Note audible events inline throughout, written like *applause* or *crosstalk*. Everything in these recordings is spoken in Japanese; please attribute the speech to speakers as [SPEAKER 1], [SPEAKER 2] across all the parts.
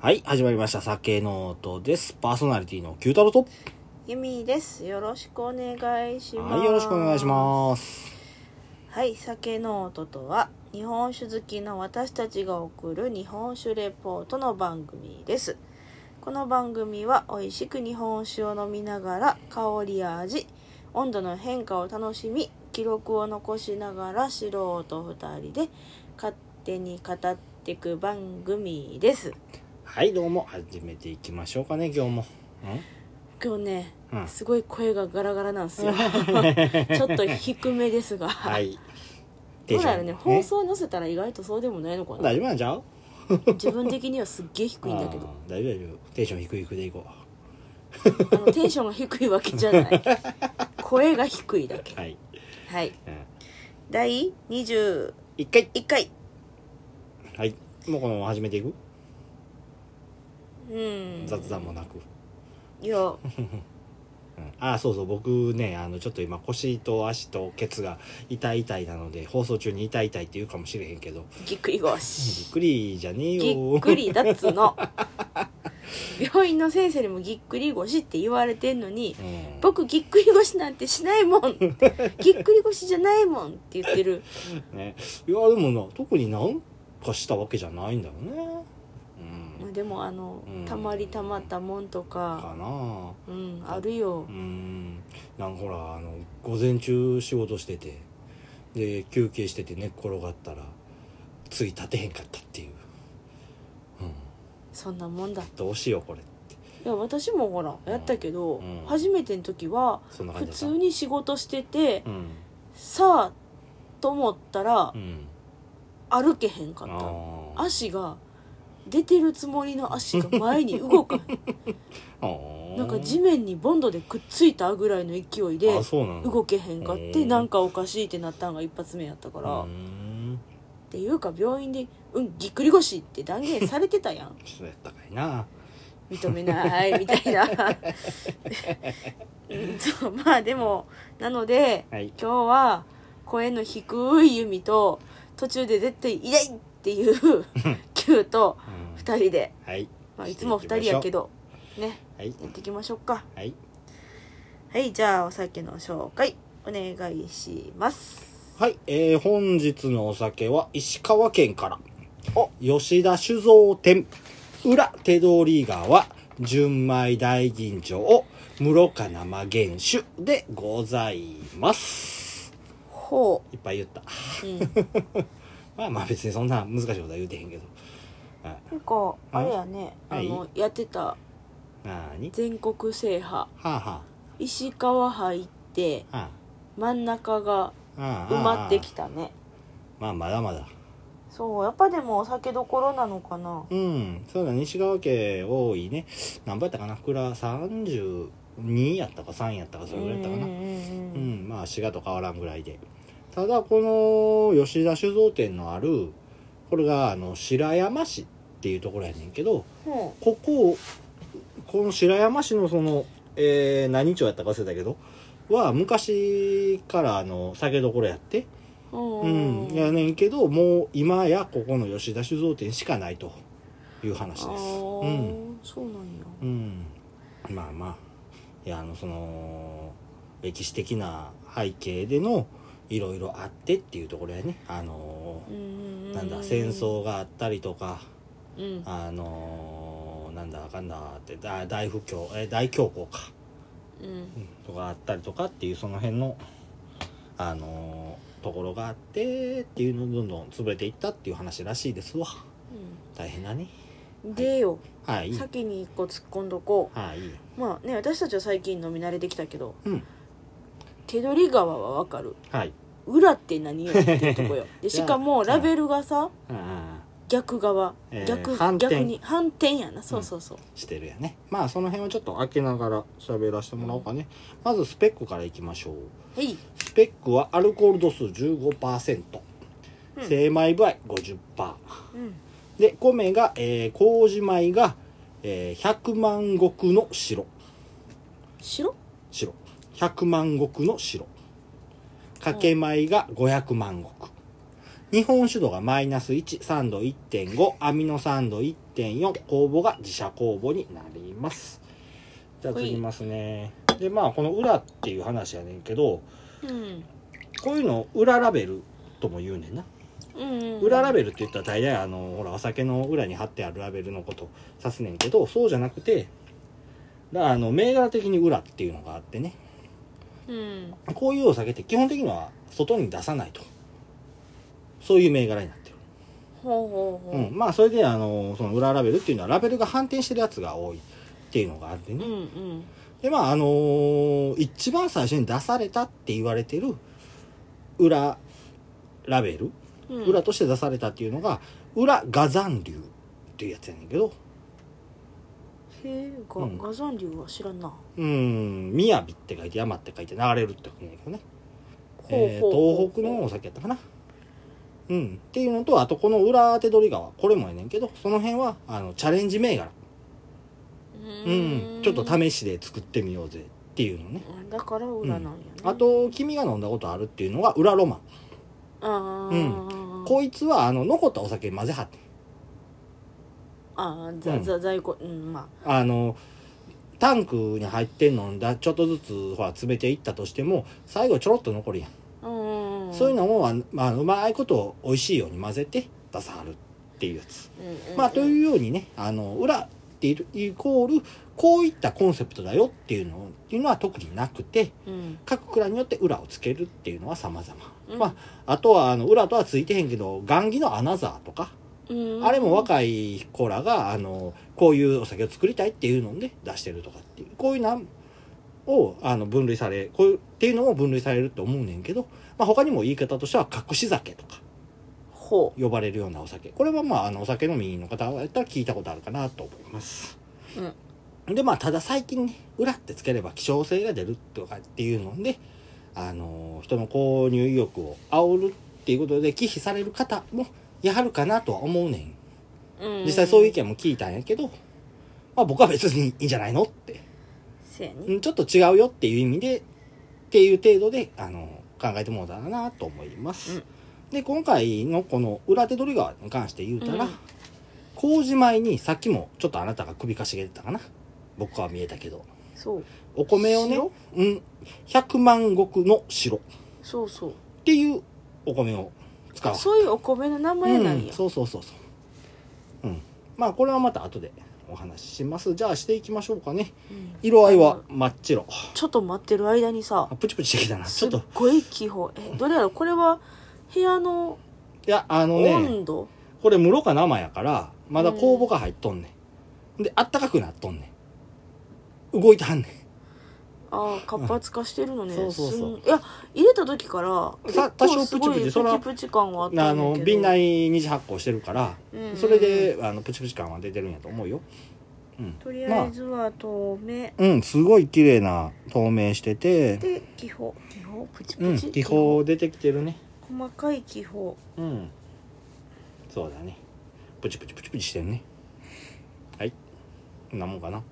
[SPEAKER 1] はい、始まりました。酒の音です。パーソナリティの九太郎と。
[SPEAKER 2] ゆみです。よろしくお願いします。
[SPEAKER 1] はい、よろしくお願いします。
[SPEAKER 2] す。はい、酒の音とは、日本酒好きの私たちが送る日本酒レポートの番組です。この番組は、美味しく日本酒を飲みながら、香りや味、温度の変化を楽しみ、記録を残しながら素人2人で勝手に語っていく番組です。
[SPEAKER 1] はい、どうも、始めていきましょうかね、今日も。
[SPEAKER 2] 今日ね、
[SPEAKER 1] うん
[SPEAKER 2] すごい声がガラガラな
[SPEAKER 1] *laughs*
[SPEAKER 2] んですよ。ちょっと低めですが。
[SPEAKER 1] はい。
[SPEAKER 2] どうだろうね放
[SPEAKER 1] ね
[SPEAKER 2] 送載せたら意外とそうでもないのかな
[SPEAKER 1] 大丈夫なんじゃう
[SPEAKER 2] 自分的にはすっげえ低いんだけ
[SPEAKER 1] *laughs*
[SPEAKER 2] ど
[SPEAKER 1] あー大丈夫、大丈夫。テンション低い低いでいこ
[SPEAKER 2] あのテンションが低いわけじゃ
[SPEAKER 1] *laughs*
[SPEAKER 2] ない声が低いだけ
[SPEAKER 1] う。はい。
[SPEAKER 2] はい
[SPEAKER 1] うん
[SPEAKER 2] 第21
[SPEAKER 1] 一回。
[SPEAKER 2] 回
[SPEAKER 1] はい。もうこのまま始めていく
[SPEAKER 2] うん
[SPEAKER 1] 雑談もなく。
[SPEAKER 2] いや
[SPEAKER 1] うんあーそうそう僕ねあのちょっと今腰と足とケツが痛い痛いなので放送中に痛い痛いって言うかもしれへんけ
[SPEAKER 2] *laughs*
[SPEAKER 1] ど
[SPEAKER 2] ぎっくり
[SPEAKER 1] び
[SPEAKER 2] 腰
[SPEAKER 1] っくりじゃねえよ
[SPEAKER 2] ぎっくりだっつの病院の先生にもぎっくり腰って言われてんのに
[SPEAKER 1] うん
[SPEAKER 2] 僕ぎっくり腰なんてしない
[SPEAKER 1] *laughs*
[SPEAKER 2] もんぎっくり腰じゃないもんって言ってる
[SPEAKER 1] ね、いやでもな特になんかしたわけじゃないんだよねうん
[SPEAKER 2] でもあの
[SPEAKER 1] うん
[SPEAKER 2] たまりたまったもんと
[SPEAKER 1] か
[SPEAKER 2] か
[SPEAKER 1] なあ
[SPEAKER 2] うんあるよ
[SPEAKER 1] うんなんかほらあの午前中仕事しててで休憩してて寝っ転がったらつい立てへんかったっていう、うん、
[SPEAKER 2] そんなもんだ
[SPEAKER 1] どうしようこれ
[SPEAKER 2] いや私もほら
[SPEAKER 1] うん
[SPEAKER 2] やったけど、
[SPEAKER 1] うん
[SPEAKER 2] 初めての時は
[SPEAKER 1] そんな感
[SPEAKER 2] 普
[SPEAKER 1] じだった
[SPEAKER 2] 通に仕事してて、
[SPEAKER 1] うん
[SPEAKER 2] さあと思ったら
[SPEAKER 1] うん
[SPEAKER 2] 歩けへんかっ
[SPEAKER 1] あ
[SPEAKER 2] た
[SPEAKER 1] あ
[SPEAKER 2] 足が出てるつもりの足が前に動か
[SPEAKER 1] *laughs*
[SPEAKER 2] へん
[SPEAKER 1] あ
[SPEAKER 2] なんか地面にボンドでくっついたぐらいの勢いで
[SPEAKER 1] あそうなの
[SPEAKER 2] 動けへんかっ
[SPEAKER 1] う
[SPEAKER 2] て
[SPEAKER 1] ん
[SPEAKER 2] なんかおかしいってなったんが一発目やったから、
[SPEAKER 1] う
[SPEAKER 2] っ
[SPEAKER 1] ん
[SPEAKER 2] ていうか病院で「うんぎっくり腰」って断言されてたやん
[SPEAKER 1] そうやったかいな
[SPEAKER 2] 認め *laughs* ないみたいなうんそうまあでもなので
[SPEAKER 1] はい
[SPEAKER 2] 今日は声の低い弓と途中で絶対「痛い!」っていう *laughs* Q と
[SPEAKER 1] うん
[SPEAKER 2] 2人で、
[SPEAKER 1] はい
[SPEAKER 2] まあ、いつも2人やけどね
[SPEAKER 1] はい
[SPEAKER 2] やっていきましょうか
[SPEAKER 1] はい
[SPEAKER 2] はいじゃあお酒の紹介お願いします
[SPEAKER 1] はい、えー、本日のお酒は石川県から
[SPEAKER 2] お
[SPEAKER 1] 吉田酒造店裏手取川純米大吟醸室賀生原酒でございます
[SPEAKER 2] ほ
[SPEAKER 1] いっぱい言った
[SPEAKER 2] う、うん、
[SPEAKER 1] まあまあ別にそんな難しいことは言うてへんけど
[SPEAKER 2] なんかあれやねあ
[SPEAKER 1] は
[SPEAKER 2] のやってた
[SPEAKER 1] なーに
[SPEAKER 2] 全国制覇
[SPEAKER 1] はあは
[SPEAKER 2] 石川入って
[SPEAKER 1] あは
[SPEAKER 2] 真ん中が
[SPEAKER 1] あはあはあ
[SPEAKER 2] 埋まってきたね
[SPEAKER 1] まあまだまだ
[SPEAKER 2] そうやっぱでもお酒どころなのかな
[SPEAKER 1] うんそうだ西川家多いね何倍やったかな蔵32やったか3やったかそれぐらいやったかな
[SPEAKER 2] うんうん
[SPEAKER 1] う
[SPEAKER 2] うん
[SPEAKER 1] ん、まあ滋賀と変わらんぐらいでただこの吉田酒造店のあるこれがあの白山市っていうところやねんけど
[SPEAKER 2] ほ
[SPEAKER 1] ここをこの白山市のその、えー何町やったか忘れたけどは昔からあの酒どころやって、
[SPEAKER 2] ううん
[SPEAKER 1] う
[SPEAKER 2] うん
[SPEAKER 1] ん、やねんけどもう今やここの吉田酒造店しかないという話
[SPEAKER 2] あ
[SPEAKER 1] です。
[SPEAKER 2] ー
[SPEAKER 1] うん
[SPEAKER 2] そうなんや
[SPEAKER 1] うん、まあまあいやあのその歴史的な背景でのいろいろあってっていうところやねあの
[SPEAKER 2] うんうんう
[SPEAKER 1] ー
[SPEAKER 2] ん
[SPEAKER 1] なんだ戦争があったりとか
[SPEAKER 2] うん
[SPEAKER 1] あのーなんだかんだってだ大不況え大恐慌か
[SPEAKER 2] うん
[SPEAKER 1] とかあったりとかっていうその辺のあのーところがあってっていうのどんどん潰れていったっていう話らしいですわ大変だね
[SPEAKER 2] うんでよ
[SPEAKER 1] はい
[SPEAKER 2] 先に一個突っ込んどこ
[SPEAKER 1] はい、
[SPEAKER 2] うまあね私たちは最近飲み慣れてきたけど
[SPEAKER 1] うん、
[SPEAKER 2] 手取り川はわかる
[SPEAKER 1] はい
[SPEAKER 2] 裏って何よっていうと
[SPEAKER 1] *laughs*
[SPEAKER 2] こよでしかも
[SPEAKER 1] じゃあ
[SPEAKER 2] ラベルがさ
[SPEAKER 1] あー
[SPEAKER 2] 逆側
[SPEAKER 1] えー
[SPEAKER 2] 逆
[SPEAKER 1] 反転
[SPEAKER 2] 逆に反転やなそうそうそう
[SPEAKER 1] してるやねまあその辺はちょっと開けながら喋らせてもらおうかね、まずスペックからいきましょう
[SPEAKER 2] はい
[SPEAKER 1] スペックはアルコール度数15%、
[SPEAKER 2] うん
[SPEAKER 1] 精米部合50%
[SPEAKER 2] うん
[SPEAKER 1] で米が、えー、麹米が、えー、100万石の白
[SPEAKER 2] 白
[SPEAKER 1] 白100万石の白かけ米が500万石日本酒度がマイナス1、酸度1.5、アミノ酸度1.4、酵母が自社酵母になります。じゃあ次いきますね。で、まあ、この裏っていう話やねんけど、
[SPEAKER 2] うん
[SPEAKER 1] こういうのを裏ラベルとも言うねんな。
[SPEAKER 2] うんうん
[SPEAKER 1] 裏ラ
[SPEAKER 2] ベ
[SPEAKER 1] ベルって言ったら大体あのほらお酒の裏に貼ってあるラベルのこと指すねんけどそうじゃなくてだからあの銘柄的に裏っていうのがあってね
[SPEAKER 2] ルうん
[SPEAKER 1] こういうお酒って基本的には外に出さないとそういう銘柄になってる、
[SPEAKER 2] ほうほう
[SPEAKER 1] う
[SPEAKER 2] ほ
[SPEAKER 1] ん、まあそれであのその裏ラベルっていうのはラベルが反転してるやつが多いっていうのがあって
[SPEAKER 2] う
[SPEAKER 1] ね、
[SPEAKER 2] うんうん
[SPEAKER 1] でまああのー一番最初に出されたって言われてる裏ラベル
[SPEAKER 2] うん
[SPEAKER 1] 裏として出されたっていうのが裏ガザン流っていうやつやねんけど
[SPEAKER 2] へえガ,、
[SPEAKER 1] うん
[SPEAKER 2] ガザン流は知らんな
[SPEAKER 1] うーん雅って書いて山って書いて流れるって書くんやけどね、え
[SPEAKER 2] ほうほ
[SPEAKER 1] ー
[SPEAKER 2] う
[SPEAKER 1] 東北のお酒やったかなうんっていうのとあとこの裏当て取り川これもやねんけどその辺はあのチャレンジ銘柄
[SPEAKER 2] う
[SPEAKER 1] うん
[SPEAKER 2] ーん
[SPEAKER 1] ちょっと試しで作ってみようぜっていうのね
[SPEAKER 2] あだから裏なんやね、
[SPEAKER 1] あと君が飲んだことあるっていうのが裏ロマン
[SPEAKER 2] あ
[SPEAKER 1] うん
[SPEAKER 2] ー
[SPEAKER 1] こいつはあの残ったお酒混ぜはってん
[SPEAKER 2] あーざざ在庫うんま
[SPEAKER 1] あのタンクに入ってんのんだちょっとずつほら詰めていったとしても最後ちょろっと残るやん、
[SPEAKER 2] あうん
[SPEAKER 1] そういう
[SPEAKER 2] の
[SPEAKER 1] のもあの、まあ、うまいことを美味しいように混ぜて出さはるっていうやつ、まあと
[SPEAKER 2] う
[SPEAKER 1] いうようにねあの裏っていうイコールこういったコンセプトだよっていうのっていうのは特になくて
[SPEAKER 2] うん
[SPEAKER 1] 各蔵によって裏をつけるっていうのは様々、
[SPEAKER 2] うん
[SPEAKER 1] まああとはあの裏とはついてへんけど雁木のアナザーとか
[SPEAKER 2] うん
[SPEAKER 1] あれも若い子らが、あの、こういうお酒を作りたいっていうので出してるとかっていう、こういうのを、あの、分類され、こういう、っていうのも分類されると思うねんけど、まあ、他にも言い方としては、隠し酒とか
[SPEAKER 2] ほ
[SPEAKER 1] 呼ばれるようなお酒。これはまあ、あの、お酒飲みの方だったら聞いたことあるかなと思います。
[SPEAKER 2] ううん
[SPEAKER 1] で、まあ、ただ最近ね、裏ってつければ希少性が出るとかっていうので、あの、人の購入意欲を煽るっていうことで、忌避される方も、やはるかなとは思うねん。
[SPEAKER 2] うん
[SPEAKER 1] 実際そういう意見も聞いたんやけど、まあ僕は別にいいんじゃないのって、
[SPEAKER 2] せや
[SPEAKER 1] う
[SPEAKER 2] ね
[SPEAKER 1] んちょっと違うよっていう意味で、っていう程度で、あの、考えてもらったらなと思います。
[SPEAKER 2] うん
[SPEAKER 1] で、今回のこの裏手取り川に関して言うたら、
[SPEAKER 2] うん
[SPEAKER 1] 麹米にさっきもちょっとあなたが首かしげてたかな。僕は見えたけど。
[SPEAKER 2] そう
[SPEAKER 1] お米をね
[SPEAKER 2] 白、
[SPEAKER 1] うん、100万石の白っ
[SPEAKER 2] そうそう
[SPEAKER 1] ていうお米を使う。
[SPEAKER 2] そういうお米の名前なん
[SPEAKER 1] うん、
[SPEAKER 2] や
[SPEAKER 1] そうそうそうそううんまあこれはまた後でお話ししますじゃあしていきましょうかね
[SPEAKER 2] うん
[SPEAKER 1] 色合いは真っ白
[SPEAKER 2] ちょっと待ってる間にさ
[SPEAKER 1] あプチプチしてきたなち
[SPEAKER 2] す
[SPEAKER 1] ょ
[SPEAKER 2] っ
[SPEAKER 1] っと
[SPEAKER 2] ごい気泡えどれやろこれは部屋の
[SPEAKER 1] いやあのね
[SPEAKER 2] 温度
[SPEAKER 1] これ室か生やからまだ酵母が入っとんねんであったかくなっとんねん動いてはんね
[SPEAKER 2] ああ活発化してるのね
[SPEAKER 1] そうそうそう
[SPEAKER 2] すんいや入れた時から
[SPEAKER 1] さ
[SPEAKER 2] 結構
[SPEAKER 1] 多少プチプチ
[SPEAKER 2] すごい
[SPEAKER 1] そら
[SPEAKER 2] プチプチ感はあっ
[SPEAKER 1] ん
[SPEAKER 2] た
[SPEAKER 1] あ
[SPEAKER 2] んだ
[SPEAKER 1] の
[SPEAKER 2] けど
[SPEAKER 1] 瓶内二次発酵してるから
[SPEAKER 2] うんうんうん
[SPEAKER 1] それであのプチプチ感は出てるんやと思うようん
[SPEAKER 2] とりあえずは透明
[SPEAKER 1] うんすごい綺麗な透明してて
[SPEAKER 2] で気泡気泡プチ
[SPEAKER 1] う
[SPEAKER 2] プ
[SPEAKER 1] ん
[SPEAKER 2] チ
[SPEAKER 1] 気泡出てきてるね
[SPEAKER 2] 細かい気泡 *laughs*
[SPEAKER 1] うんそうだねプチプチプチプチしてるねはいこんなもんかな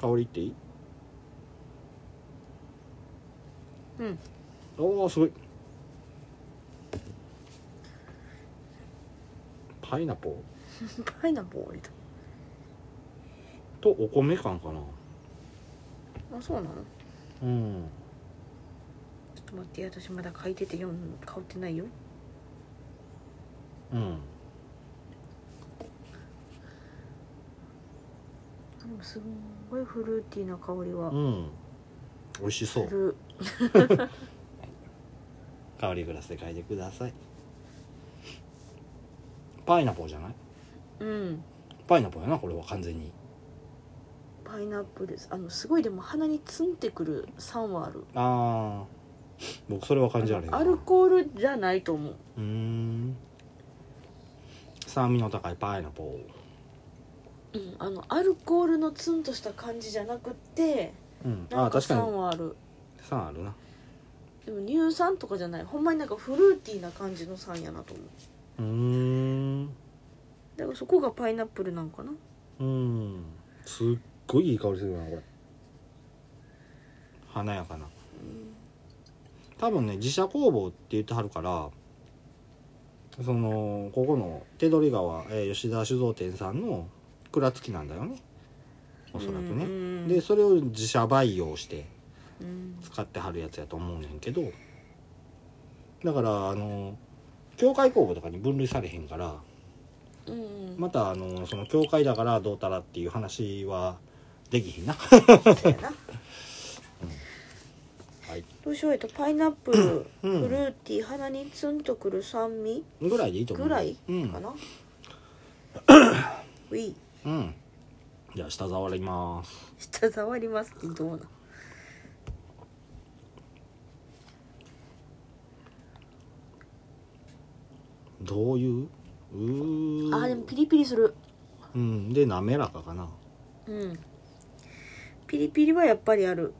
[SPEAKER 1] 香りっていい
[SPEAKER 2] うん
[SPEAKER 1] おおすごいパイナポー
[SPEAKER 2] パイナップル入れた
[SPEAKER 1] とお米感かな
[SPEAKER 2] あそうなの
[SPEAKER 1] うん
[SPEAKER 2] ちょっと待って私まだ書いてて読むの香ってないよ
[SPEAKER 1] うん
[SPEAKER 2] でもすごいフルーティーな香りは
[SPEAKER 1] うん美味しそ
[SPEAKER 2] す
[SPEAKER 1] う
[SPEAKER 2] る
[SPEAKER 1] 香りグラスで嗅いでくださいパイナポーじゃない
[SPEAKER 2] うん
[SPEAKER 1] パイナポーやなこれは完全に
[SPEAKER 2] パイナップルですあのすごいでも鼻にツンってくる酸はある
[SPEAKER 1] ああ僕それは感じられへん
[SPEAKER 2] アルコールじゃないと思う
[SPEAKER 1] うーん酸味の高いパイナポ
[SPEAKER 2] うん、あのアルコールのツンとした感じじゃなくって
[SPEAKER 1] ーうん
[SPEAKER 2] な
[SPEAKER 1] あ
[SPEAKER 2] んか
[SPEAKER 1] 確か
[SPEAKER 2] 酸
[SPEAKER 1] に
[SPEAKER 2] はある
[SPEAKER 1] 酸あるな
[SPEAKER 2] でも乳酸とかじゃないほんまになんかフルーティーな感じの酸やなと思う
[SPEAKER 1] うーん
[SPEAKER 2] だからそこがパイナップルなんかな
[SPEAKER 1] うんすっごいいい香りするなこれ華やかな多分ね自社工房って言ってはるからそのここの手取川、えー吉田酒造店さんの蔵付きなんだよねおそらくね、
[SPEAKER 2] ね
[SPEAKER 1] でそれを自社培養して
[SPEAKER 2] うん
[SPEAKER 1] 使ってはるやつやと思うねんけどだからあの教会工房とかに分類されへんから
[SPEAKER 2] うん
[SPEAKER 1] またあのその教会だからどうたらっていう話はできひんな
[SPEAKER 2] そうやな
[SPEAKER 1] はい
[SPEAKER 2] どうしようえっとパイナップル、
[SPEAKER 1] うん
[SPEAKER 2] フルーティー鼻にツンとくる酸味
[SPEAKER 1] ぐらいでいいと思う
[SPEAKER 2] ぐらい
[SPEAKER 1] うん
[SPEAKER 2] かな、うい
[SPEAKER 1] うんじゃあ舌触ります
[SPEAKER 2] 舌触りますってどうなん
[SPEAKER 1] どういううー
[SPEAKER 2] あーでもピリピリする
[SPEAKER 1] うんで滑らかかな
[SPEAKER 2] うんピリピリはやっぱりある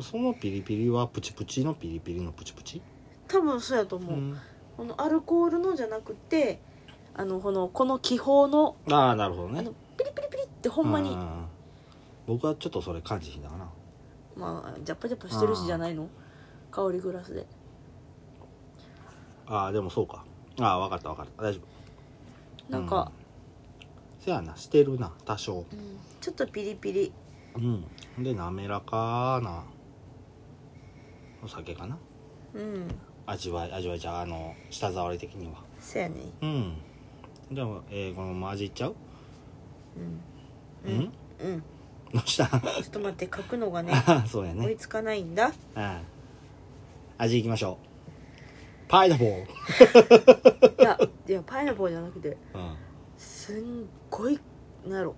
[SPEAKER 1] そのピリピリはプチプチのピリピリのプチプチ
[SPEAKER 2] 多分そうやと
[SPEAKER 1] う
[SPEAKER 2] 思う、
[SPEAKER 1] ん
[SPEAKER 2] このアルコールのじゃなくてあのこのこの気泡の
[SPEAKER 1] ああなるほどね
[SPEAKER 2] あのピリピリピリってほんまに
[SPEAKER 1] ううん僕はちょっとそれ感じひんだかな
[SPEAKER 2] まあジャパジャパしてる
[SPEAKER 1] あ
[SPEAKER 2] し
[SPEAKER 1] ー
[SPEAKER 2] じゃないの香りグラスで
[SPEAKER 1] ああでもそうかああ分かった分かった大丈夫
[SPEAKER 2] なんか、
[SPEAKER 1] せやなしてるな多少
[SPEAKER 2] うんちょっとピリピリ
[SPEAKER 1] うんで滑らかなお酒かな
[SPEAKER 2] うん
[SPEAKER 1] 味わい味わいじゃああの舌触り的には
[SPEAKER 2] そやね
[SPEAKER 1] うんじゃあ、えーこのまま味いっちゃう
[SPEAKER 2] う
[SPEAKER 1] うん *laughs*
[SPEAKER 2] んうん
[SPEAKER 1] どうした
[SPEAKER 2] ちょっと待って書くのがね
[SPEAKER 1] そうや
[SPEAKER 2] 追い
[SPEAKER 1] *laughs* ね
[SPEAKER 2] つかないんだ
[SPEAKER 1] うん味いきましょうパイナポー、
[SPEAKER 2] いやいやパイナポーじゃなくて
[SPEAKER 1] うん、
[SPEAKER 2] すんごいなんやろ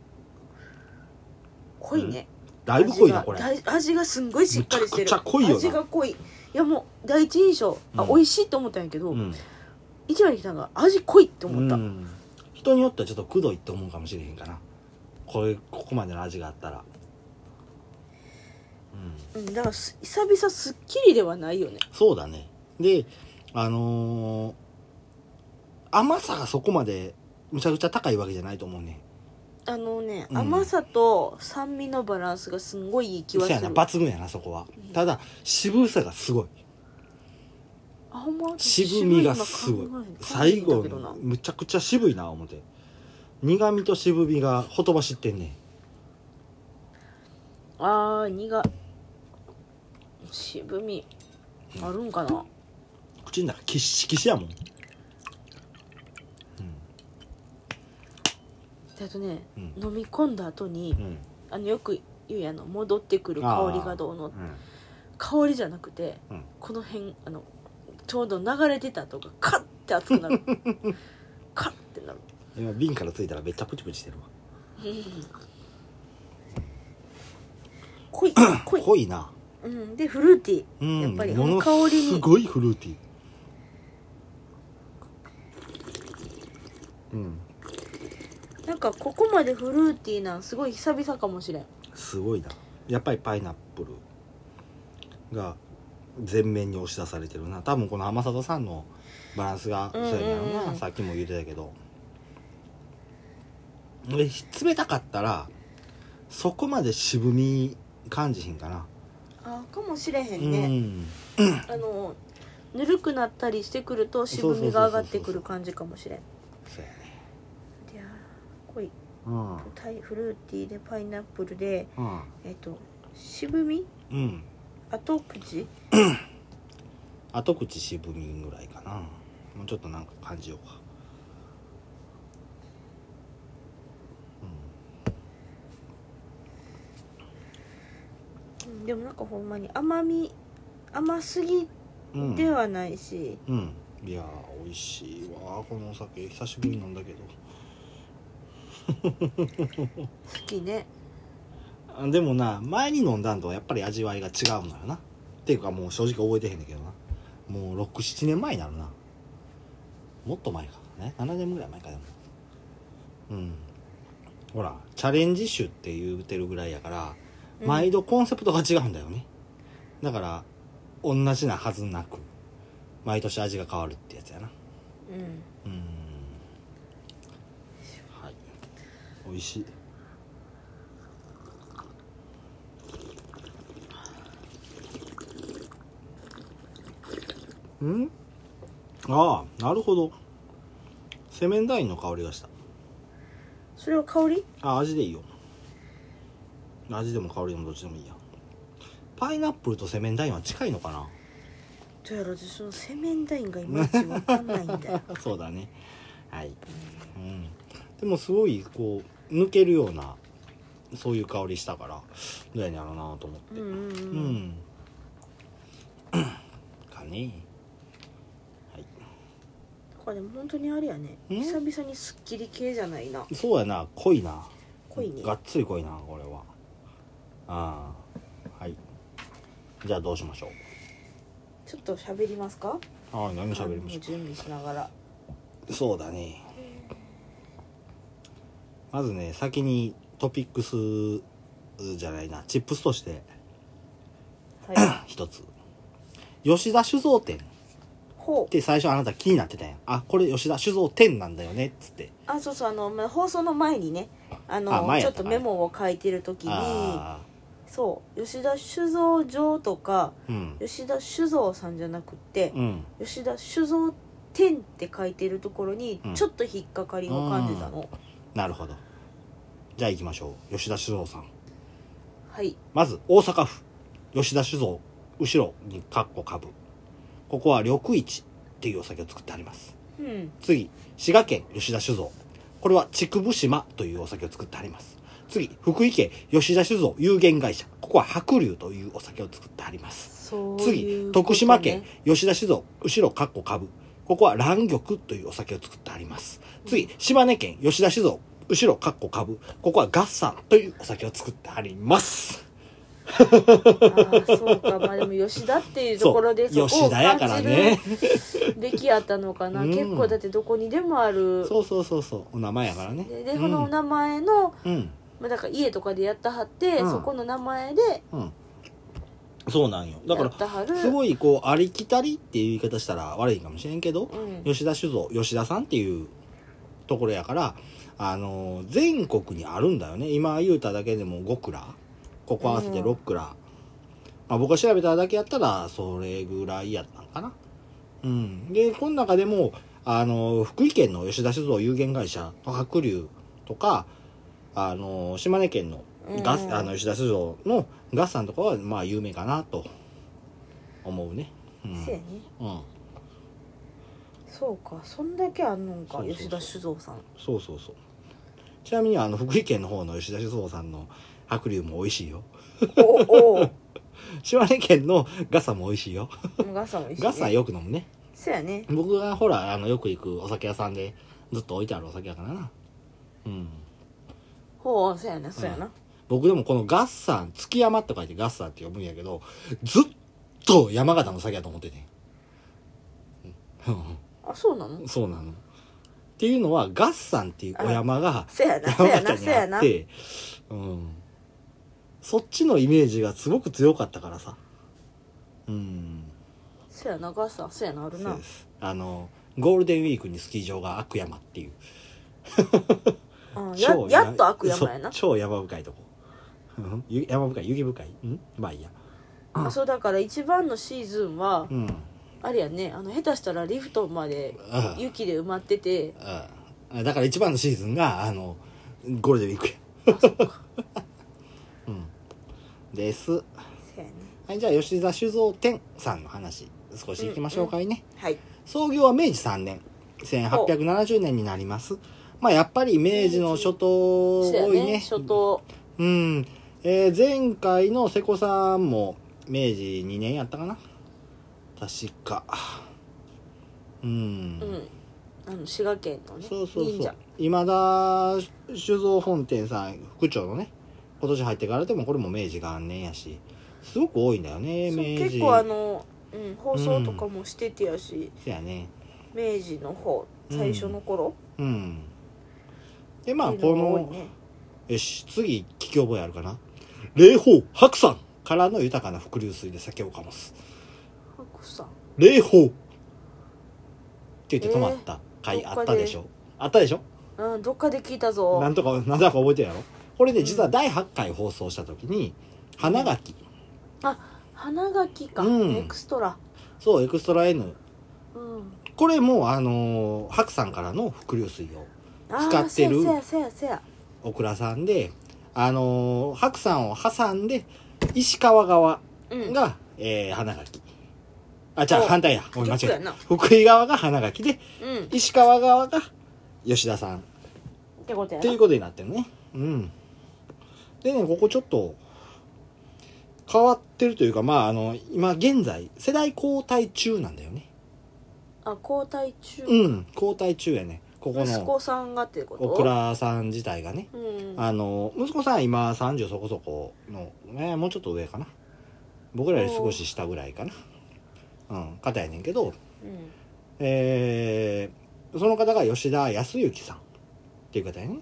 [SPEAKER 2] 濃いね、
[SPEAKER 1] だいぶ濃いな
[SPEAKER 2] 味
[SPEAKER 1] こ
[SPEAKER 2] が
[SPEAKER 1] れ
[SPEAKER 2] だい味がすんごいしっかりしてる
[SPEAKER 1] むちゃくちゃ濃いよな
[SPEAKER 2] 味が濃いいやもう第一印象、あ
[SPEAKER 1] うん
[SPEAKER 2] 美味しいと思ったんやけど、
[SPEAKER 1] うん
[SPEAKER 2] 一番に来たのが味濃いって思った、
[SPEAKER 1] うん人によってはちょっとくどいって思うかもしれへんかなこれここまでの味があったらうん
[SPEAKER 2] うん、だからす久々すっきりではないよね
[SPEAKER 1] そうだねであのー甘さがそこまでむちゃくちゃ高いわけじゃないと思うねん
[SPEAKER 2] あのね、
[SPEAKER 1] うん
[SPEAKER 2] 甘さと酸味のバランスがすんごいいい気は
[SPEAKER 1] そう
[SPEAKER 2] す
[SPEAKER 1] やな
[SPEAKER 2] る
[SPEAKER 1] 抜群やなそこは、ただ渋さがすごい
[SPEAKER 2] あほんま
[SPEAKER 1] 渋みがすごい最後
[SPEAKER 2] の
[SPEAKER 1] むちゃくちゃ渋いな思て苦味と渋みがほとばしってんねん
[SPEAKER 2] あー苦渋みあるんかな
[SPEAKER 1] 口の中キッシキシやもん
[SPEAKER 2] えっとね、
[SPEAKER 1] うん
[SPEAKER 2] 飲み込んだ後に
[SPEAKER 1] うん
[SPEAKER 2] あのよく言うやんの戻ってくる香りがどうの香りじゃなくて、
[SPEAKER 1] うん
[SPEAKER 2] この辺あのちょうど流れてたとかカッて熱くな
[SPEAKER 1] *laughs*
[SPEAKER 2] るカッてなる
[SPEAKER 1] うん今瓶からついたらめっちゃプチプチしてるわ
[SPEAKER 2] 濃い
[SPEAKER 1] *coughs*
[SPEAKER 2] 濃い
[SPEAKER 1] 濃いな
[SPEAKER 2] うん、でフルーティー
[SPEAKER 1] うん
[SPEAKER 2] やっぱり
[SPEAKER 1] もの
[SPEAKER 2] あの香りに
[SPEAKER 1] すごいフルーティーうん
[SPEAKER 2] なんかここまでフルーティーなんすごい久々かもしれん
[SPEAKER 1] すごいなやっぱりパイナップルが全面に押し出されてるな多分この天里さんのバランスがそうやねんやろな、
[SPEAKER 2] うんうんうん
[SPEAKER 1] さっきも言ってたけどで冷たかったらそこまで渋み感じひんかな、
[SPEAKER 2] あーかもしれへ
[SPEAKER 1] うん
[SPEAKER 2] ね、
[SPEAKER 1] ん
[SPEAKER 2] あのぬるくなったりしてくると渋みが上がってくる感じかもしれんい
[SPEAKER 1] そうやね
[SPEAKER 2] やー濃い
[SPEAKER 1] うん
[SPEAKER 2] タイフルーティーでパイナップルで
[SPEAKER 1] うん
[SPEAKER 2] えっと渋み
[SPEAKER 1] うん
[SPEAKER 2] 後口
[SPEAKER 1] 後口渋みぐらいかなもうちょっとなんか感じようか
[SPEAKER 2] うんでもなんかほんまに甘み甘すぎ
[SPEAKER 1] うん
[SPEAKER 2] ではないし、
[SPEAKER 1] うんいやー美味しいわーこのお酒久しぶりなんだけど
[SPEAKER 2] 好きね
[SPEAKER 1] あでもな前に飲んだんとはやっぱり味わいが違うんだよなっていうかもう正直覚えてへんねんけどなもう67年前になるなもっと前かね7年ぐらい前かでもうんほらチャレンジ酒って言うてるぐらいやから
[SPEAKER 2] うん
[SPEAKER 1] 毎度コンセプトが違うんだよね、だから同じなはずなく毎年味が変わるってやつやな
[SPEAKER 2] うん
[SPEAKER 1] うーんはい美味しいうんああなるほどセメンダインの香りがした
[SPEAKER 2] それを香り
[SPEAKER 1] あ味でいいよ味でも香りでもどっちでもいいやパイナップルとセメンダインは近いのかな
[SPEAKER 2] どうやら私その洗面台がいまいちわかんないんだ
[SPEAKER 1] *laughs*
[SPEAKER 2] よ
[SPEAKER 1] そうだねはい、うん、でもすごいこう抜けるようなそういう香りしたからどうやねんやろうなと思って
[SPEAKER 2] うんうんうん、
[SPEAKER 1] うん、 *coughs* かね
[SPEAKER 2] これでも本当にあれやね
[SPEAKER 1] ん
[SPEAKER 2] 久々にスッキリ系じゃないな
[SPEAKER 1] そうやな濃いな
[SPEAKER 2] 濃いね
[SPEAKER 1] がっつり濃いなこれはああはいじゃあどうしましょ
[SPEAKER 2] ちょっと喋りますか
[SPEAKER 1] うはい何喋りましょう
[SPEAKER 2] 準備しながら
[SPEAKER 1] そうだねまずね先にトピックスじゃないなチップスとして *laughs*
[SPEAKER 2] はい
[SPEAKER 1] 一つ吉田酒造店っ
[SPEAKER 2] ほう
[SPEAKER 1] て最初あなた気になってたやんあこれ吉田酒造店なんだよねっつって
[SPEAKER 2] あそうそうあのまあ放送の前にねあの
[SPEAKER 1] あ前
[SPEAKER 2] ち
[SPEAKER 1] や
[SPEAKER 2] ょ
[SPEAKER 1] っ
[SPEAKER 2] っ
[SPEAKER 1] か
[SPEAKER 2] たと
[SPEAKER 1] ね
[SPEAKER 2] メモを書いてる時に
[SPEAKER 1] あ
[SPEAKER 2] そう吉田酒造場とか
[SPEAKER 1] あうん
[SPEAKER 2] 吉田酒造さんじゃなくって、
[SPEAKER 1] うん
[SPEAKER 2] 吉田酒造店って書いてるところに
[SPEAKER 1] うん
[SPEAKER 2] ちょっと引っかかりを感じたの、
[SPEAKER 1] なるほどじゃあ行きましょう吉田酒造さん
[SPEAKER 2] はい
[SPEAKER 1] まず大阪府吉田酒造後ろにカッコ株ここは緑市っていうお酒を作ってあります
[SPEAKER 2] うん
[SPEAKER 1] 次滋賀県吉田酒造これは竹生島というお酒を作ってあります次福井県吉田酒造有限会社ここは白龍というお酒を作ってあります
[SPEAKER 2] そうい
[SPEAKER 1] 次
[SPEAKER 2] うことね
[SPEAKER 1] 徳島県吉田酒造後ろカッコ株ここは蘭玉というお酒を作ってあります次島根県吉田酒造後ろカッコ株ここはガッサンというお酒を作ってあります
[SPEAKER 2] あーそうかまあでも吉田っていうところで
[SPEAKER 1] そう
[SPEAKER 2] こを
[SPEAKER 1] 吉田やからね
[SPEAKER 2] 感じるべきやったのかな、
[SPEAKER 1] うん
[SPEAKER 2] 結構だってどこにでもある
[SPEAKER 1] そうそうそうそうお名前やからね
[SPEAKER 2] ででこのお名前の、
[SPEAKER 1] うん
[SPEAKER 2] まあ、だから家とかでやったはって、
[SPEAKER 1] うん
[SPEAKER 2] そこの名前で
[SPEAKER 1] うん、うんそうなんよだ
[SPEAKER 2] や
[SPEAKER 1] か
[SPEAKER 2] った
[SPEAKER 1] ら
[SPEAKER 2] はる
[SPEAKER 1] すごいこうありきたりっていう言い方したら悪いかもしれんけど、
[SPEAKER 2] うん
[SPEAKER 1] 吉田酒造吉田さんっていうところやからあのー全国にあるんだよね今言うただけでも5蔵ここ合わせて6蔵、まあ、僕が調べただけやったらそれぐらいやったんかなうんでこの中でもあのー福井県の吉田酒造有限会社白龍とかあのー島根県のガス、
[SPEAKER 2] うん
[SPEAKER 1] あの吉田酒造のガスさんとかはまあ有名かなと思うねうん
[SPEAKER 2] そうやね
[SPEAKER 1] うん
[SPEAKER 2] そうかそんだけあんのんか
[SPEAKER 1] そうそうそう
[SPEAKER 2] 吉田酒造さん
[SPEAKER 1] そうそうそうちなみにあの福井県の方の吉田酒造さんの白龍も美味しいよ
[SPEAKER 2] おお
[SPEAKER 1] 島根県のガサも美味しいよ
[SPEAKER 2] ガサも一緒、ね、
[SPEAKER 1] ガサよく飲むね
[SPEAKER 2] そうやね
[SPEAKER 1] 僕がほらあのよく行くお酒屋さんでずっと置いてあるお酒やからなうん
[SPEAKER 2] ほうそうやなそうやな、
[SPEAKER 1] 僕でもこのガッサン月山って書いてガッサンって読むんやけどずっと山形の酒やと思っててんう
[SPEAKER 2] あそうなの
[SPEAKER 1] んそうなのっていうのはガッサンっていうお山が
[SPEAKER 2] そうやなそうや
[SPEAKER 1] 山
[SPEAKER 2] な
[SPEAKER 1] 形
[SPEAKER 2] そう
[SPEAKER 1] に
[SPEAKER 2] や
[SPEAKER 1] あ
[SPEAKER 2] な
[SPEAKER 1] って、うん、そっちのイメージがすごく強かったからさうん
[SPEAKER 2] そうやなガサそうやなある
[SPEAKER 1] そう
[SPEAKER 2] な
[SPEAKER 1] ですあのゴールデンウィークにスキー場が悪山っていう
[SPEAKER 2] うん、や
[SPEAKER 1] 超
[SPEAKER 2] やっと悪山やな
[SPEAKER 1] そう超山深いとこうんゆ山深い雪深いうんまあいいや
[SPEAKER 2] あそうだから一番のシーズンは、
[SPEAKER 1] うん
[SPEAKER 2] あれやねあの下手したらリフトまで
[SPEAKER 1] あ
[SPEAKER 2] 雪で埋まってて
[SPEAKER 1] ああだから一番のシーズンがあのゴールデンウィークや *laughs* うんです
[SPEAKER 2] そうやね
[SPEAKER 1] はいじゃあ吉田酒造店さんの話少し行きましょうかいね、
[SPEAKER 2] はい
[SPEAKER 1] 創業は明治3年1870年になりますまあやっぱり明治の初頭
[SPEAKER 2] そうや
[SPEAKER 1] 多い
[SPEAKER 2] ね
[SPEAKER 1] ね
[SPEAKER 2] 初頭
[SPEAKER 1] うん、えー前回の瀬古さんも明治2年やったかな確かうん、
[SPEAKER 2] うんあの滋賀県のね
[SPEAKER 1] そうそう
[SPEAKER 2] 忍
[SPEAKER 1] そう
[SPEAKER 2] 者
[SPEAKER 1] 今田酒造本店さん副長のね今年入ってからでもこれも明治元年やしすごく多いんだよね
[SPEAKER 2] そう
[SPEAKER 1] 明治
[SPEAKER 2] 結構あの、うん、放送とかもしててやし、
[SPEAKER 1] そやね
[SPEAKER 2] 明治の方最初の頃、
[SPEAKER 1] うんでまあ
[SPEAKER 2] ってい
[SPEAKER 1] こ
[SPEAKER 2] うのが多い
[SPEAKER 1] の
[SPEAKER 2] ね
[SPEAKER 1] よし、次、聞き覚えあるかな霊宝白山からの豊かな伏流水で酒を醸す。
[SPEAKER 2] 白山
[SPEAKER 1] 霊宝って言って止まった回
[SPEAKER 2] えー
[SPEAKER 1] あったでしょ、あったでしょ
[SPEAKER 2] うん、どっかで聞いたぞ
[SPEAKER 1] なんとか、 *laughs* なんとか覚えてるやろこれね、実は第8回放送した時に、花垣、
[SPEAKER 2] あ花垣か、
[SPEAKER 1] うん
[SPEAKER 2] エクストラ
[SPEAKER 1] そう、エクストラ N
[SPEAKER 2] うん
[SPEAKER 1] これもあの白さんからの伏流水を
[SPEAKER 2] あー
[SPEAKER 1] 使ってる
[SPEAKER 2] せやせやせやせや
[SPEAKER 1] オクラさんであの白さんを挟んで石川側
[SPEAKER 2] うん
[SPEAKER 1] が、えー花垣あじゃあ
[SPEAKER 2] お
[SPEAKER 1] 反対やごめん間違
[SPEAKER 2] 逆や
[SPEAKER 1] え
[SPEAKER 2] な
[SPEAKER 1] た福井側が花垣で
[SPEAKER 2] うんっ
[SPEAKER 1] 石川側が吉田さん
[SPEAKER 2] てことや
[SPEAKER 1] っていう
[SPEAKER 2] な
[SPEAKER 1] ことになってるねうんでねここちょっと変わってるというかまああの今現在世代交代中なんだよね
[SPEAKER 2] あ交代中
[SPEAKER 1] うん交代中やねここ
[SPEAKER 2] 息
[SPEAKER 1] の
[SPEAKER 2] 子さんがっていうこと
[SPEAKER 1] オクラさん自体がね
[SPEAKER 2] うん
[SPEAKER 1] あの息子さん今30そこそこの、ね、もうちょっと上かな僕らより少し下ぐらいかなうん方やねんけど
[SPEAKER 2] うん
[SPEAKER 1] えーその方が吉田康之さんっていう方やね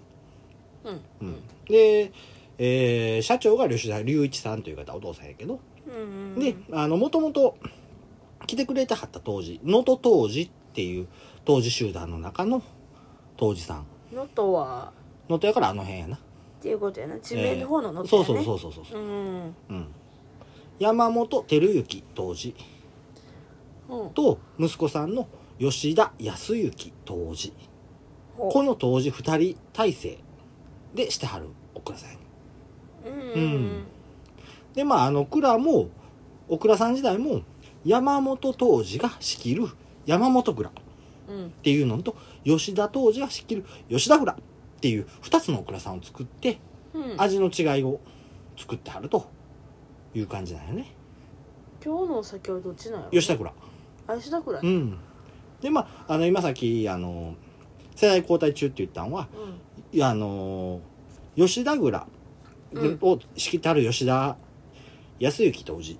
[SPEAKER 2] うん
[SPEAKER 1] うん、で、えー社長が吉田隆一さんという方お父さんやけど、
[SPEAKER 2] うん
[SPEAKER 1] であのもともと来てくれてはった当時能登当時っていう当時集団の中の当時さん
[SPEAKER 2] 能登は
[SPEAKER 1] 能登やからあの辺やな
[SPEAKER 2] っていうことやな地名の方の能
[SPEAKER 1] そう
[SPEAKER 2] 登
[SPEAKER 1] そ
[SPEAKER 2] や
[SPEAKER 1] う
[SPEAKER 2] ね
[SPEAKER 1] そうそうそうそうう、
[SPEAKER 2] ん
[SPEAKER 1] うん、山本照之当時
[SPEAKER 2] うん
[SPEAKER 1] と息子さんの吉田康之当時
[SPEAKER 2] ほ
[SPEAKER 1] この当時2人体制でしてはるお倉さんやね
[SPEAKER 2] うん
[SPEAKER 1] うんでまああの蔵もお倉さん時代も山本当時が仕切る山本蔵っ
[SPEAKER 2] うん
[SPEAKER 1] ていうのと吉田当時が仕切る吉田蔵っていう2つのお倉さんを作って
[SPEAKER 2] うん今
[SPEAKER 1] 味の違いを作ってはるという感じなんよね
[SPEAKER 2] 日のお酒はどっちなんやろ
[SPEAKER 1] 吉田蔵
[SPEAKER 2] あ吉田くらい
[SPEAKER 1] うんでまああの今さっきあの世代交代中って言ったんは
[SPEAKER 2] うん
[SPEAKER 1] いやあの吉田蔵
[SPEAKER 2] うん
[SPEAKER 1] を仕切ってはる吉田康之当時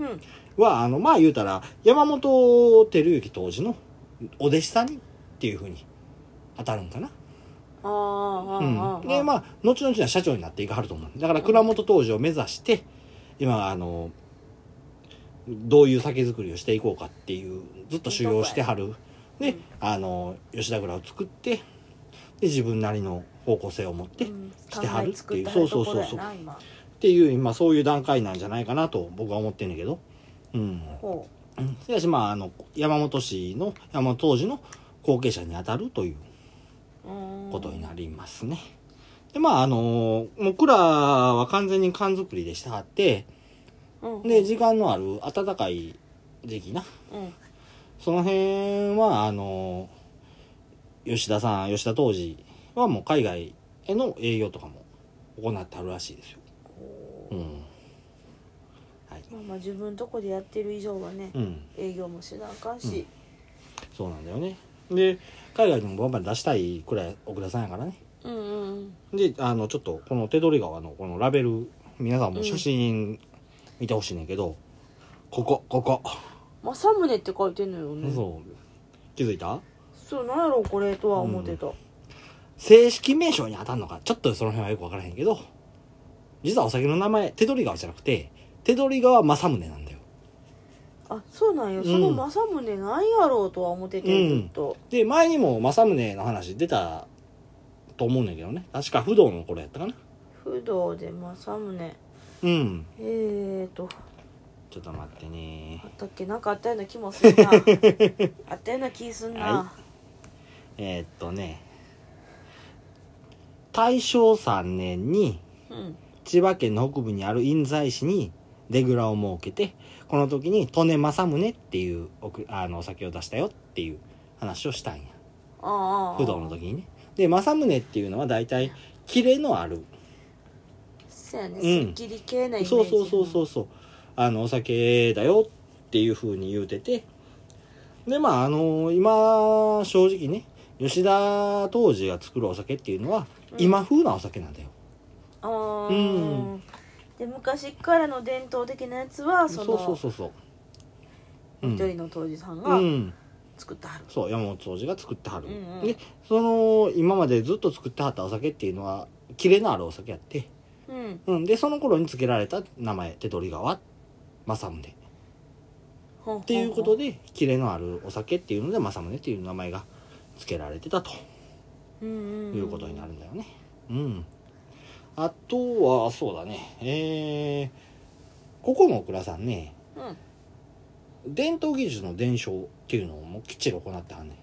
[SPEAKER 2] うん
[SPEAKER 1] は、あの、まあ言うたら、山本照之当時のお弟子さんにっていうふうに当たるんかな。
[SPEAKER 2] あーあーあーあ
[SPEAKER 1] うん。で、
[SPEAKER 2] あ
[SPEAKER 1] まあ、後々には社長になっていかはると思う。だから、蔵元当時を目指して、今、あの、どういう酒造りをしていこうかっていう、ずっと修行してはる。
[SPEAKER 2] い
[SPEAKER 1] で
[SPEAKER 2] いとこ、
[SPEAKER 1] あの、吉田蔵を作って、で、自分なりの方向性を持って、
[SPEAKER 2] う
[SPEAKER 1] っ
[SPEAKER 2] ん
[SPEAKER 1] してはるっていう
[SPEAKER 2] 考え作はるところやな
[SPEAKER 1] そうそうそうそ
[SPEAKER 2] 今
[SPEAKER 1] ていう、今、そういう段階なんじゃないかなと、僕は思ってんだけど。うん。
[SPEAKER 2] ほ
[SPEAKER 1] しかしまああの山本氏の山本当時の後継者にあたるという
[SPEAKER 2] ううん
[SPEAKER 1] ことになりますね。でまああのもう蔵は完全に缶作りでしてはって
[SPEAKER 2] うん
[SPEAKER 1] で時間のある暖かい時期な
[SPEAKER 2] うん
[SPEAKER 1] その辺はあの吉田さん吉田当時はもう海外への営業とかも行ってあるらしいですよ。うんはい
[SPEAKER 2] まあまあ自分とこでやってる以上はね
[SPEAKER 1] うん
[SPEAKER 2] 営業もしなあかんし
[SPEAKER 1] そうなんだよね。で海外にもバンバン出したいくらい奥田さんやからね。
[SPEAKER 2] うんうん
[SPEAKER 1] であのちょっとこの手取川のこのラベル皆さんも写真見てほしいねんけど、ここここ、
[SPEAKER 2] 政宗って書いてんのよね
[SPEAKER 1] そう気づいた
[SPEAKER 2] そうなんやろこれとは思ってた
[SPEAKER 1] 正式名称に当たるのかちょっとその辺はよく分からへんけど実はお酒の名前手取川じゃなくて手取川政宗なんだよ
[SPEAKER 2] あそうなんや
[SPEAKER 1] ん
[SPEAKER 2] その政宗なんやろうとは思ってて
[SPEAKER 1] うん
[SPEAKER 2] ずっと
[SPEAKER 1] で前にも政宗の話出たと思うねんだけどね確か不動の頃やったかな
[SPEAKER 2] 不動で政宗
[SPEAKER 1] うん
[SPEAKER 2] えーと
[SPEAKER 1] ちょっと待ってね
[SPEAKER 2] あったっけなんかあったような気もする
[SPEAKER 1] *laughs*
[SPEAKER 2] なあったような気すんな
[SPEAKER 1] はえーっとね大正3年に
[SPEAKER 2] うん
[SPEAKER 1] 千葉県の北部にある印西市に出蔵を設けてこの時に利根正宗っていうおくあのお酒を出したよっていう話をしたんや
[SPEAKER 2] ああああ
[SPEAKER 1] 不動の時にねで正宗っていうのは大体キレのある
[SPEAKER 2] そうや
[SPEAKER 1] う
[SPEAKER 2] ね
[SPEAKER 1] ん
[SPEAKER 2] すっきり系なイメージ
[SPEAKER 1] そうそうそうそうそうあのお酒だよっていうふうに言うててでまああの今正直ね吉田当時が作るお酒っていうのは
[SPEAKER 2] うん
[SPEAKER 1] 今風なお酒なんだよ、
[SPEAKER 2] ああ
[SPEAKER 1] うん
[SPEAKER 2] で昔からの伝統的なやつは
[SPEAKER 1] そ
[SPEAKER 2] そう
[SPEAKER 1] そう
[SPEAKER 2] の
[SPEAKER 1] そうそうう
[SPEAKER 2] 一
[SPEAKER 1] ん
[SPEAKER 2] 人の当時さん
[SPEAKER 1] う
[SPEAKER 2] が
[SPEAKER 1] ん
[SPEAKER 2] 作ったはる
[SPEAKER 1] そう山本掃除が作ってはる、
[SPEAKER 2] うんうん
[SPEAKER 1] でその今までずっと作ってはったお酒っていうのはキレのあるお酒やって、
[SPEAKER 2] うん
[SPEAKER 1] うん、でその頃に付けられた名前手取川正宗っ
[SPEAKER 2] って
[SPEAKER 1] いうことでキレのあるお酒っていうので正宗っていう名前が付けられてたと
[SPEAKER 2] と
[SPEAKER 1] い
[SPEAKER 2] いう
[SPEAKER 1] ことになるんだよねうん、あとはそうだねえー、ここのお蔵さんね
[SPEAKER 2] うん
[SPEAKER 1] 伝統技術の伝承っていうのをもうきっちり行ってはんね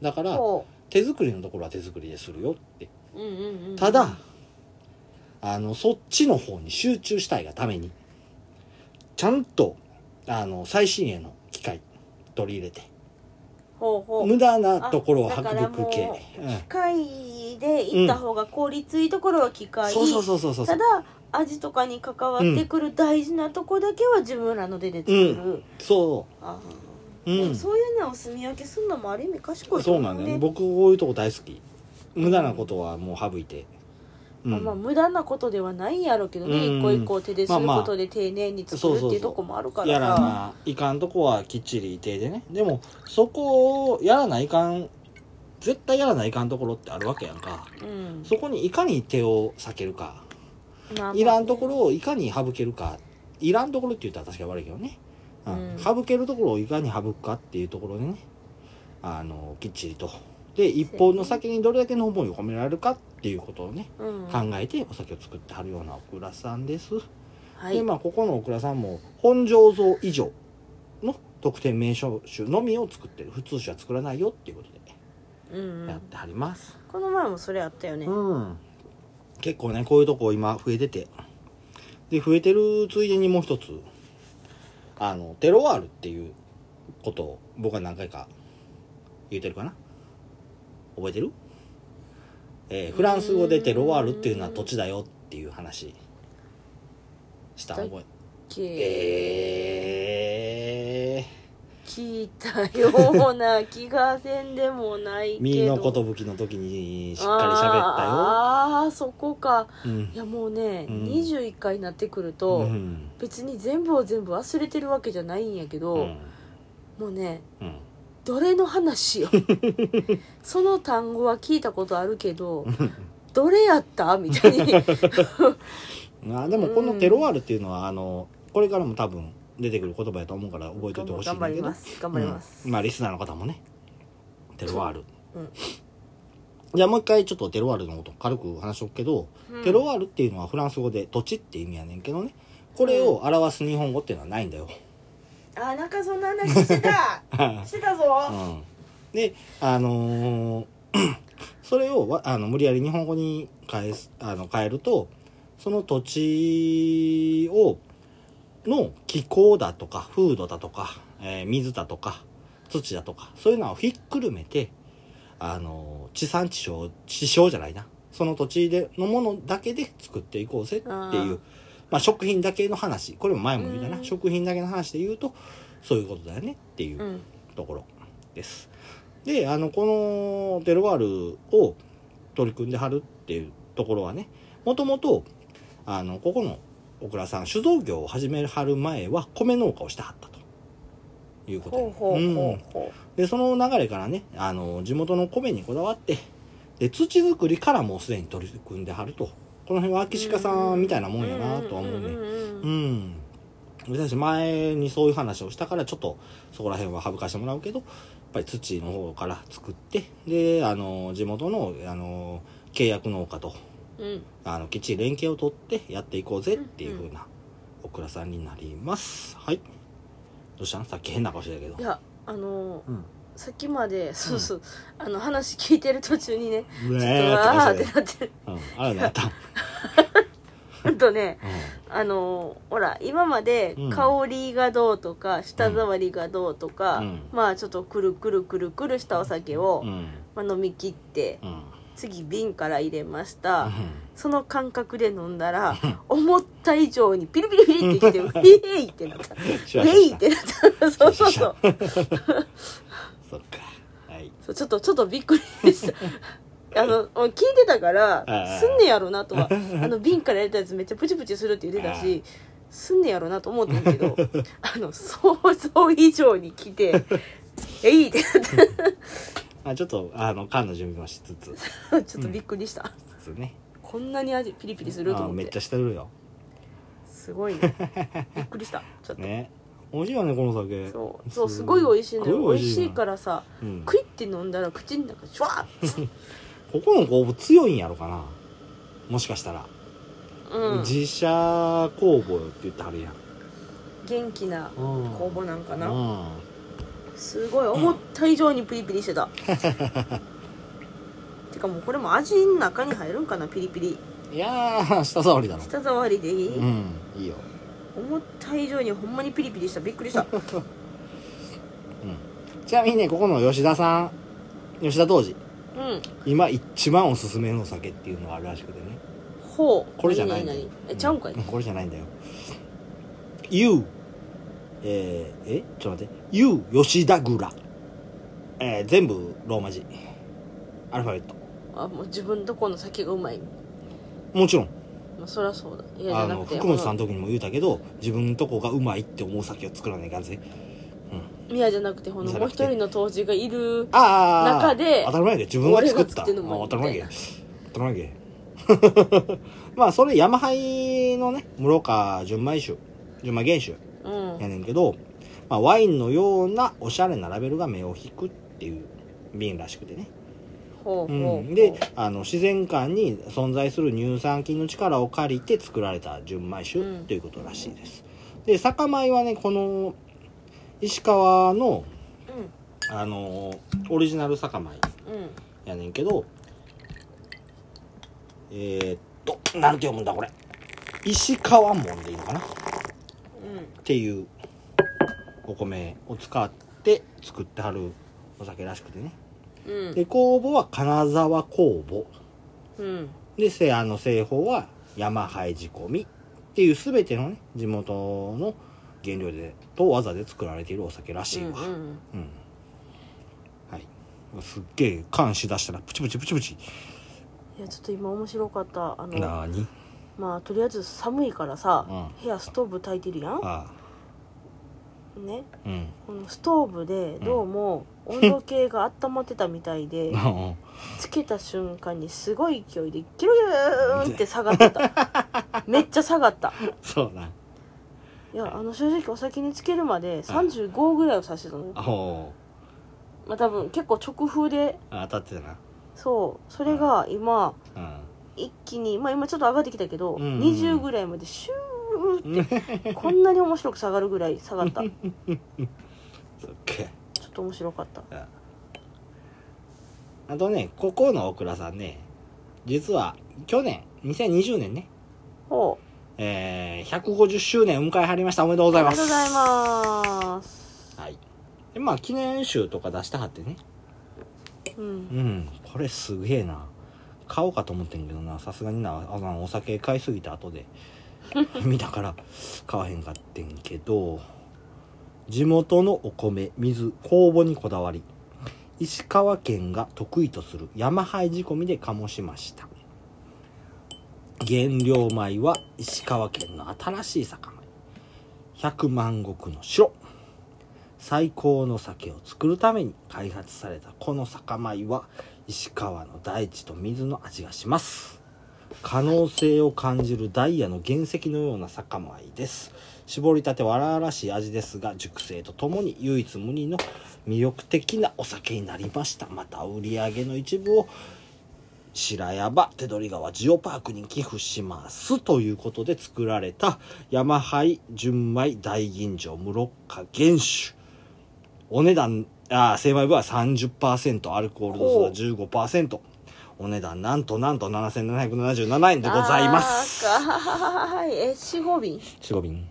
[SPEAKER 1] んだから
[SPEAKER 2] ほ
[SPEAKER 1] 手作りのところは手作りでするよって
[SPEAKER 2] ううんうんうん
[SPEAKER 1] ただあのそっちの方に集中したいがためにちゃんとあの最新鋭の機械取り入れて
[SPEAKER 2] ほうほう
[SPEAKER 1] 無駄なところは
[SPEAKER 2] あだ
[SPEAKER 1] 迫
[SPEAKER 2] からも
[SPEAKER 1] 力
[SPEAKER 2] う
[SPEAKER 1] 系、うん
[SPEAKER 2] 機械で行った方が効率いいところは機械、
[SPEAKER 1] そうそうそうそうそう
[SPEAKER 2] ただ味とかに関わってくる大事なとこだけは自分らの手で作る、
[SPEAKER 1] うんそ
[SPEAKER 2] あ
[SPEAKER 1] う、
[SPEAKER 2] ーで
[SPEAKER 1] う
[SPEAKER 2] も
[SPEAKER 1] ん、
[SPEAKER 2] そういうのを住み分けするのもある意味賢いと
[SPEAKER 1] そう
[SPEAKER 2] 思
[SPEAKER 1] な
[SPEAKER 2] うんね
[SPEAKER 1] だよね僕こういうとこ大好き無駄なことはもう省いて、うん
[SPEAKER 2] まあ、無駄なことではないんやろうけどね、
[SPEAKER 1] うん
[SPEAKER 2] 一個一個手でする
[SPEAKER 1] まあまあ
[SPEAKER 2] ことで丁寧に作るっていうとこもあるから
[SPEAKER 1] や
[SPEAKER 2] さ、
[SPEAKER 1] らないかんとこはきっちり定でねでもそこをやらないかん絶対やらないかんところってあるわけやんか
[SPEAKER 2] うん
[SPEAKER 1] そこにいかに手を避けるか
[SPEAKER 2] まあまあ
[SPEAKER 1] いらんところをいかに省けるかいらんところって言ったら確かに悪いけどね、うん
[SPEAKER 2] うん
[SPEAKER 1] 省けるところをいかに省くかっていうところでねあのきっちりとで一方の先にどれだけの思いを込められるかっていうことをね
[SPEAKER 2] うん
[SPEAKER 1] 考えてお酒を作ってはるようなオクラさんです、
[SPEAKER 2] は
[SPEAKER 1] で
[SPEAKER 2] い
[SPEAKER 1] まあここのオクラさんも本醸造以上の特典名称酒のみを作ってる普通酒は作らないよっていうこと
[SPEAKER 2] うんう
[SPEAKER 1] でやっ
[SPEAKER 2] ん、
[SPEAKER 1] てはります、
[SPEAKER 2] この前もそれあったよね、
[SPEAKER 1] うん結構ねこういうとこ今増えててで増えてるついでにもう一つあのテロワールっていうことを僕は何回か言うてるかな覚えてる、えーフランス語でテロワールっていうのは土地だよっていう話した覚え
[SPEAKER 2] け
[SPEAKER 1] え
[SPEAKER 2] 聞いたような気がせんでもないけ
[SPEAKER 1] ー、
[SPEAKER 2] ど
[SPEAKER 1] 右の寿の時にしっかり喋っ
[SPEAKER 2] あーあーそこか
[SPEAKER 1] たようん
[SPEAKER 2] いやもうね、
[SPEAKER 1] うん
[SPEAKER 2] 21回になってくると、
[SPEAKER 1] うん
[SPEAKER 2] 別に全部を全部忘れてるわけじゃないんやけど、
[SPEAKER 1] うん
[SPEAKER 2] もうね
[SPEAKER 1] うん
[SPEAKER 2] どれの
[SPEAKER 1] *laughs*
[SPEAKER 2] 話よその単語は聞いたことある
[SPEAKER 1] *laughs*
[SPEAKER 2] けどどれやったみたいに
[SPEAKER 1] あでもこのテロワールっていうのは、あのこれからも多分出てくる言葉やと思うから覚えておいてほしいんだけど
[SPEAKER 2] す頑張ります、
[SPEAKER 1] うんまあリスナーの方もねテロワール、
[SPEAKER 2] うん
[SPEAKER 1] じゃあもう一回ちょっとテロワールのこと軽く話しとくけど、
[SPEAKER 2] うん
[SPEAKER 1] テロワールっていうのはフランス語で土地って意味やねんけどねこれを表す日本語っていうのはないんだよ、
[SPEAKER 2] あなんかそんな話してた
[SPEAKER 1] *laughs*
[SPEAKER 2] してたぞ、
[SPEAKER 1] うん、であのー *clears throat* それをわあの無理やり日本語に変えあの変えるとその土地をの気候だとか風土だとか、えー水だとか土だとかそういうのをひっくるめてあのー地産地消地消じゃないなその土地でのものだけで作っていこうぜっていう
[SPEAKER 2] あー
[SPEAKER 1] まあ、食品だけの話これも前も言った
[SPEAKER 2] う
[SPEAKER 1] なん食品だけの話で言うとそういうことだよねっていう。
[SPEAKER 2] うん
[SPEAKER 1] ところです。で、あの、このデルワールを取り組んではるっていうところはね、もともと、あの、ここの小倉さん、酒造業を始めはる前は米農家をしてはったということ
[SPEAKER 2] ほう
[SPEAKER 1] で
[SPEAKER 2] ほう
[SPEAKER 1] う
[SPEAKER 2] ほ
[SPEAKER 1] ん
[SPEAKER 2] うほ
[SPEAKER 1] で、その流れからね、あの、地元の米にこだわって、で、土作りからもうすでに取り組んではると。この辺は秋鹿さんみたいな
[SPEAKER 2] う
[SPEAKER 1] もんやなとは思うね。う
[SPEAKER 2] ん
[SPEAKER 1] ん。私前にそういう話をしたからちょっとそこら辺は省かしてもらうけどやっぱり土の方から作ってであの地元のあの契約農家と
[SPEAKER 2] うんうん
[SPEAKER 1] あのきっちり連携を取ってやっていこうぜっていうふうなお倉さんになりますはいどうしたんさっき変な顔してたけど
[SPEAKER 2] いやあのー
[SPEAKER 1] うん
[SPEAKER 2] さっきまでそうそう、あの話聞いてる途中にね
[SPEAKER 1] う
[SPEAKER 2] ちょ
[SPEAKER 1] わ
[SPEAKER 2] っ
[SPEAKER 1] ーっ
[SPEAKER 2] と
[SPEAKER 1] て
[SPEAKER 2] あ
[SPEAKER 1] 顔
[SPEAKER 2] ーっ
[SPEAKER 1] してて
[SPEAKER 2] なって
[SPEAKER 1] たうんあらなった
[SPEAKER 2] ほんとね
[SPEAKER 1] う
[SPEAKER 2] あのほら今まで
[SPEAKER 1] うん
[SPEAKER 2] 香りがどうとか、舌触りがどうとか、
[SPEAKER 1] うん
[SPEAKER 2] まあちょっとくるくるくるくるしたお酒を、
[SPEAKER 1] んうん
[SPEAKER 2] まあ、飲み切って
[SPEAKER 1] うんうん
[SPEAKER 2] 次瓶から入れました、その感覚で飲んだら思った以上にピリピリピリってきて「ウ *laughs* ェイ!」ってなった「ウ
[SPEAKER 1] シュワシュ
[SPEAKER 2] ェ
[SPEAKER 1] ワ *laughs* し
[SPEAKER 2] イ!」
[SPEAKER 1] た
[SPEAKER 2] ってなったそうそうそう
[SPEAKER 1] そっかはい
[SPEAKER 2] そうちょっとちょっとびっくり *laughs* したあの聞いてたから
[SPEAKER 1] ああ
[SPEAKER 2] すんねやろなとは *laughs* あの瓶からやれたやつめっちゃプチプチするって言ってたしすんねやろなと思ったけ *laughs* どあの想像以上に来て「えい!」ってなっ
[SPEAKER 1] あちょっとあの缶の準備もしつつ
[SPEAKER 2] たちょっとびっくりした、
[SPEAKER 1] つつね
[SPEAKER 2] こんなに味ピリピリすると
[SPEAKER 1] あ
[SPEAKER 2] 思
[SPEAKER 1] め
[SPEAKER 2] っ
[SPEAKER 1] ってちゃしてるよ
[SPEAKER 2] すごいねびっくりしたち *laughs* ょっと、
[SPEAKER 1] ね美味しいよねこの酒、
[SPEAKER 2] そうそうすごい美味しいのよ美味しいかららさ
[SPEAKER 1] うん、
[SPEAKER 2] クイって飲んだら口の中シュワッ、
[SPEAKER 1] ここの工房強いんやろかなもしかしたら、
[SPEAKER 2] うん、
[SPEAKER 1] 自社工房って言ってはるやん
[SPEAKER 2] 元気な
[SPEAKER 1] うん
[SPEAKER 2] 酵母なんか
[SPEAKER 1] う
[SPEAKER 2] なんすごい思った以上にピリピリ
[SPEAKER 1] *laughs*
[SPEAKER 2] してたてかもうこれも味の中に入るんかなピリピリ
[SPEAKER 1] いやー舌触りだろ
[SPEAKER 2] 舌触りでいい、
[SPEAKER 1] うんいいよ
[SPEAKER 2] 思った以上にほんまにピリピリしたびっくりした
[SPEAKER 1] *laughs* ちなみにねここの吉田さん吉田当時
[SPEAKER 2] うん
[SPEAKER 1] 今一番おすすめのお酒っていうのがあるらしくてね
[SPEAKER 2] ほう
[SPEAKER 1] これじゃないんだ
[SPEAKER 2] 何
[SPEAKER 1] よ
[SPEAKER 2] 々えちゃうんかい、
[SPEAKER 1] これじゃないんだよ You えー、えちょっと待って You 吉田蔵えー、全部ローマ字アルファベット
[SPEAKER 2] あもう自分どこの酒がうまい、
[SPEAKER 1] もちろん
[SPEAKER 2] まあ、そりゃそうだいやじ
[SPEAKER 1] あ
[SPEAKER 2] ゃな
[SPEAKER 1] の
[SPEAKER 2] くて
[SPEAKER 1] 福本さんの時にも言うたけど自分のとこがうまいって思う酒を作らないかんぜ
[SPEAKER 2] いやじゃなくてこ
[SPEAKER 1] じ
[SPEAKER 2] の
[SPEAKER 1] ゃ
[SPEAKER 2] もう
[SPEAKER 1] なくて
[SPEAKER 2] 一人の当時がいる
[SPEAKER 1] ああ
[SPEAKER 2] 中で
[SPEAKER 1] 当たり前やけど自分が作っ
[SPEAKER 2] 俺が
[SPEAKER 1] た
[SPEAKER 2] 作ってんのも
[SPEAKER 1] あ当たり前や
[SPEAKER 2] み
[SPEAKER 1] け当たり前やけ *laughs* まあそれヤマハイのね室岡純米酒純米原酒
[SPEAKER 2] うん
[SPEAKER 1] やねんけど、まあ、ワインのようなおしゃれなラベルが目を引くっていう瓶らしくてね、
[SPEAKER 2] ほうほう
[SPEAKER 1] う
[SPEAKER 2] ほう、
[SPEAKER 1] ん、であの自然界に存在する乳酸菌の力を借りて作られた純米酒
[SPEAKER 2] うん
[SPEAKER 1] ということらしいです、で酒米はねこの石川のあのオリジナル酒米
[SPEAKER 2] うんうん
[SPEAKER 1] やねんけどえー、っとなんて読むんだこれ石川門でいいのかなっていうお米を使って作ってはるお酒らしくてね
[SPEAKER 2] うんうん
[SPEAKER 1] で酵母は金沢酵母
[SPEAKER 2] うん
[SPEAKER 1] でせあの製法は山灰仕込みっていう全てのね地元の原料でと技で作られているお酒らしいわ、
[SPEAKER 2] うんうん
[SPEAKER 1] うんはいすっげえ缶しだしたらプチプチプチプチ
[SPEAKER 2] いやちょっと今面白かったあの
[SPEAKER 1] なーに
[SPEAKER 2] まあとりあえず寒いからさ、
[SPEAKER 1] う
[SPEAKER 2] 部屋ストーブ焚いてるやん
[SPEAKER 1] あ
[SPEAKER 2] ね
[SPEAKER 1] あうん
[SPEAKER 2] このストーブでどうも温度計が温まってたみたいで、つけた瞬間にすごい勢いでギュルギューンって下がってた
[SPEAKER 1] *laughs*
[SPEAKER 2] めっちゃ下がった
[SPEAKER 1] *laughs* そうない
[SPEAKER 2] やあの正直お酒につけるまで35ぐらいを指してたのよ
[SPEAKER 1] あお
[SPEAKER 2] まあ多分結構直風で
[SPEAKER 1] あ当たってたな
[SPEAKER 2] そうそれが今
[SPEAKER 1] うん
[SPEAKER 2] 一気にまあ今ちょっと上がってきたけど、
[SPEAKER 1] うんうん
[SPEAKER 2] 20ぐらいまでシュー
[SPEAKER 1] *laughs*
[SPEAKER 2] ってこんなに面白く下がるぐらい下がったちょ
[SPEAKER 1] すっげえ
[SPEAKER 2] っと面白かった
[SPEAKER 1] あとね、ここの大倉さんね、実は去年、2020年ね、
[SPEAKER 2] ほう
[SPEAKER 1] えー、150周年を迎えはりました。おめでとうご
[SPEAKER 2] あ
[SPEAKER 1] ざいま
[SPEAKER 2] りがと
[SPEAKER 1] す。
[SPEAKER 2] うございます
[SPEAKER 1] はい。で、まあ、記念集とか出してはってね。
[SPEAKER 2] うん
[SPEAKER 1] うん、これすげえな。買おうかと思ってんけどな、さすがにな、あの、お酒買いすぎた後で、 *laughs* 見たから買わへんかってんけど、地元のお米、水、酵母にこだわり、石川県が得意とする山灰仕込みで醸しました。原料米は石川県の新しい酒米。百万石の白。最高の酒を作るために開発されたこの酒米は石川の大地と水の味がします可能性を感じるダイヤの原石のような酒米です絞りたて荒々しい味ですが熟成とともに唯一無二の魅力的なお酒になりましたまた売り上げの一部を白山手取川ジオパークに寄付しますということで作られた山灰純米大吟醸室岡原酒お値段あー精米部は30%アルコール度数は15%お値段なんとなんと7777円でございます
[SPEAKER 2] あーかーいえ四五瓶
[SPEAKER 1] 四五瓶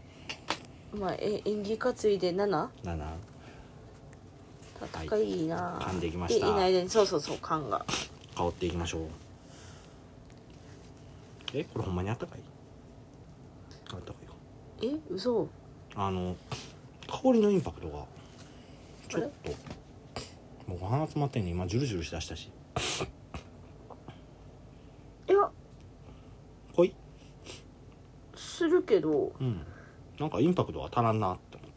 [SPEAKER 2] まあえ演技担いで7
[SPEAKER 1] 7
[SPEAKER 2] 高いな、
[SPEAKER 1] 噛んでいきました
[SPEAKER 2] いいない間にそうそうそう缶が
[SPEAKER 1] 香っていきましょうえこれほんまにあったかいあったかいか
[SPEAKER 2] え嘘
[SPEAKER 1] あの香りのインパクトがちょっともう鼻詰まってんね今ジュルジュルしだしたし
[SPEAKER 2] いや
[SPEAKER 1] 濃い
[SPEAKER 2] するけど
[SPEAKER 1] うんなんかインパクトが足らんなって思っ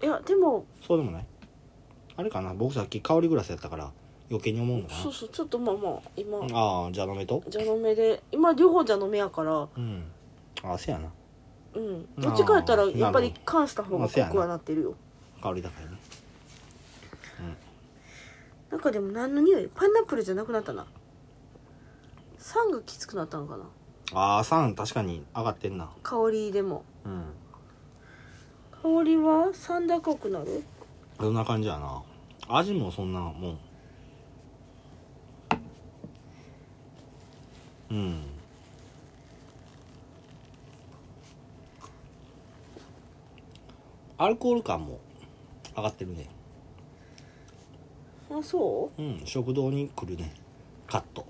[SPEAKER 1] て
[SPEAKER 2] いやでも
[SPEAKER 1] そうでもないあれかな僕さっき香りグラスやったから余計に思うのか
[SPEAKER 2] そうそうちょっとまあまあ今
[SPEAKER 1] なああじゃあ飲めと
[SPEAKER 2] 蛇の目で今両方蛇の目やから
[SPEAKER 1] うんああせやな
[SPEAKER 2] うん
[SPEAKER 1] あー
[SPEAKER 2] どっちかやったらやっぱ
[SPEAKER 1] なる
[SPEAKER 2] り
[SPEAKER 1] ほ
[SPEAKER 2] 缶した方が濃くはなってるよ
[SPEAKER 1] 香り高いね
[SPEAKER 2] なんかでも何の匂いパイナップルじゃなくなったな酸がきつくなったのかな
[SPEAKER 1] ああ酸確かに上がってんな
[SPEAKER 2] 香りでも
[SPEAKER 1] うん
[SPEAKER 2] 香りは酸高くなる
[SPEAKER 1] そんな感じやな味もそんなもんうんアルコール感も上がってるね
[SPEAKER 2] あそ
[SPEAKER 1] うん食堂に来るねカット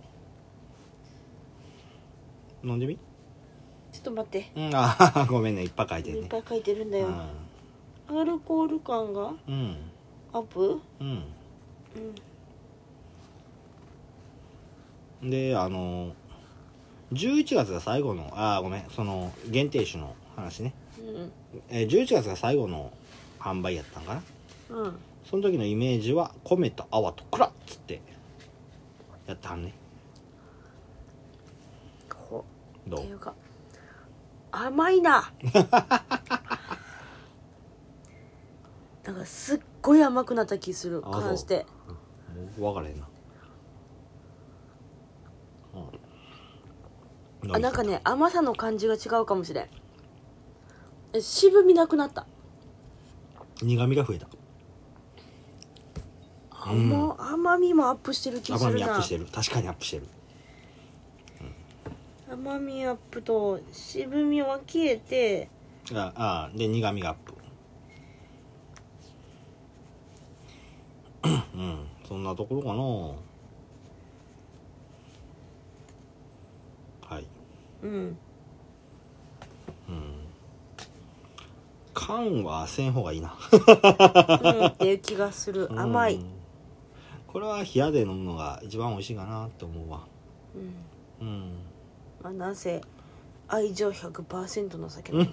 [SPEAKER 1] 飲んでみ
[SPEAKER 2] うちょっと待って
[SPEAKER 1] うんあーごめんねいっぱい書いてる
[SPEAKER 2] いっ
[SPEAKER 1] ね
[SPEAKER 2] ぱい書いてるんだよ、アルコール感が
[SPEAKER 1] うんうん
[SPEAKER 2] アップ
[SPEAKER 1] うんであの11月が最後のあーごめんその限定種の話ね、
[SPEAKER 2] うん
[SPEAKER 1] えー11月が最後の販売やったんかな
[SPEAKER 2] うん
[SPEAKER 1] その時のイメージは米と泡とクラッつってやったんね
[SPEAKER 2] こう
[SPEAKER 1] ど
[SPEAKER 2] っていううか甘
[SPEAKER 1] *laughs*
[SPEAKER 2] いななんかすっごい甘くなった気する
[SPEAKER 1] あそう
[SPEAKER 2] 感じて
[SPEAKER 1] 分からへんな、う
[SPEAKER 2] あなんかね甘さの感じが違うかもしれんえ渋みなくなった
[SPEAKER 1] 苦味が増えた
[SPEAKER 2] 甘,、甘みもアップしてる気す
[SPEAKER 1] 甘
[SPEAKER 2] る
[SPEAKER 1] みアッ
[SPEAKER 2] な
[SPEAKER 1] プしてる確かにアップしてる
[SPEAKER 2] 甘みアップと渋みは消えて
[SPEAKER 1] ああーで苦味がアップうんそんなところかなはい *laughs*
[SPEAKER 2] うん
[SPEAKER 1] 缶はせん方がいいな
[SPEAKER 2] うんっていう気がする甘
[SPEAKER 1] う
[SPEAKER 2] い
[SPEAKER 1] ん、これは冷やで飲むのが一番美味しいかなって思うわ
[SPEAKER 2] うん
[SPEAKER 1] うん
[SPEAKER 2] まあ、なんせ愛情100%の
[SPEAKER 1] *laughs*
[SPEAKER 2] 酒なの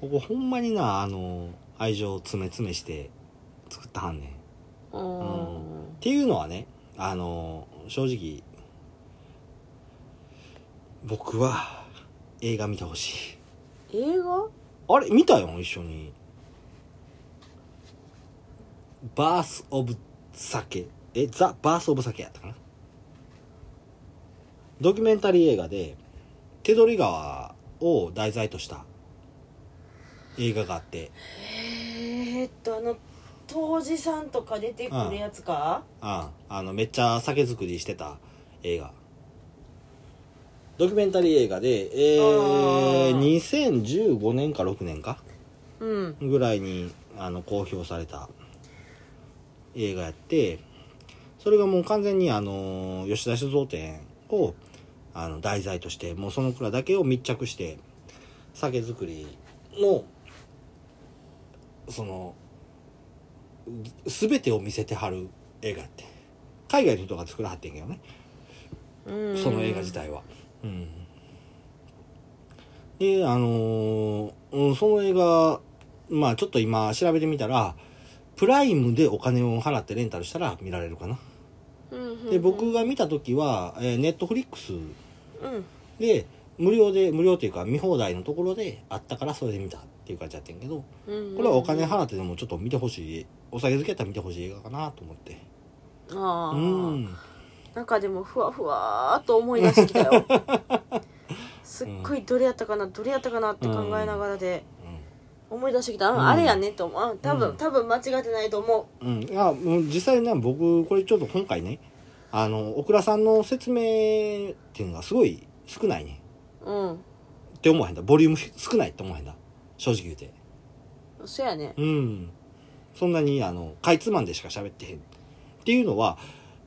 [SPEAKER 1] ここほんまになあの愛情を詰め詰めして作ったはんねん
[SPEAKER 2] う
[SPEAKER 1] っ
[SPEAKER 2] ん
[SPEAKER 1] ていうのはねあの正直僕は映画見てほしい
[SPEAKER 2] 映画
[SPEAKER 1] あれ見たよ一緒にバース・オブ・酒えザ・バース・オブ・酒やったかなドキュメンタリー映画で手取川を題材とした映画があって
[SPEAKER 2] えー、っとあの当時さんとか出てくるやつか、
[SPEAKER 1] ああのめっちゃ酒造りしてた映画ドキュメンタリー映画で、え
[SPEAKER 2] あ
[SPEAKER 1] ー、
[SPEAKER 2] ー
[SPEAKER 1] 2015年か6年か
[SPEAKER 2] うん
[SPEAKER 1] ぐらいにあの公表された映画やってそれがもう完全にあの吉田酒造店をあの題材としてもうそのくらいだけを密着して酒造りのその全てを見せてはる映画やって海外の人が作らはってんけどね
[SPEAKER 2] うん
[SPEAKER 1] その映画自体は。うん、であのーうん、その映画まあちょっと今調べてみたらプライムでお金を払ってレンタルしたら見られるかな。で僕が見た時は、えネットフリックス
[SPEAKER 2] うん
[SPEAKER 1] で無料で無料というか見放題のところであったからそれで見たっていう感じやってんけど
[SPEAKER 2] うん
[SPEAKER 1] これはお金払ってでもちょっと見てほしいお酒好きやったら見てほしい映画かなと思って
[SPEAKER 2] ああ、
[SPEAKER 1] うん
[SPEAKER 2] なんかでもふわふわーっと思い出してきた
[SPEAKER 1] *laughs*
[SPEAKER 2] よすっごいどれやったかなどれやったかなって考えながらで思い出してきた、うん
[SPEAKER 1] うん
[SPEAKER 2] あれやねって思ううん多分、
[SPEAKER 1] うん
[SPEAKER 2] 多分間違ってないと思
[SPEAKER 1] うん、いやもう実際ね僕これちょっと今回ねあの小倉さんの説明っていうのがすごい少ないね
[SPEAKER 2] ううん
[SPEAKER 1] って思わへんだボリューム少ないって思わへんだ正直言うて
[SPEAKER 2] そやね
[SPEAKER 1] うんそんなにあのかいつまんでしか喋ってへんっていうのは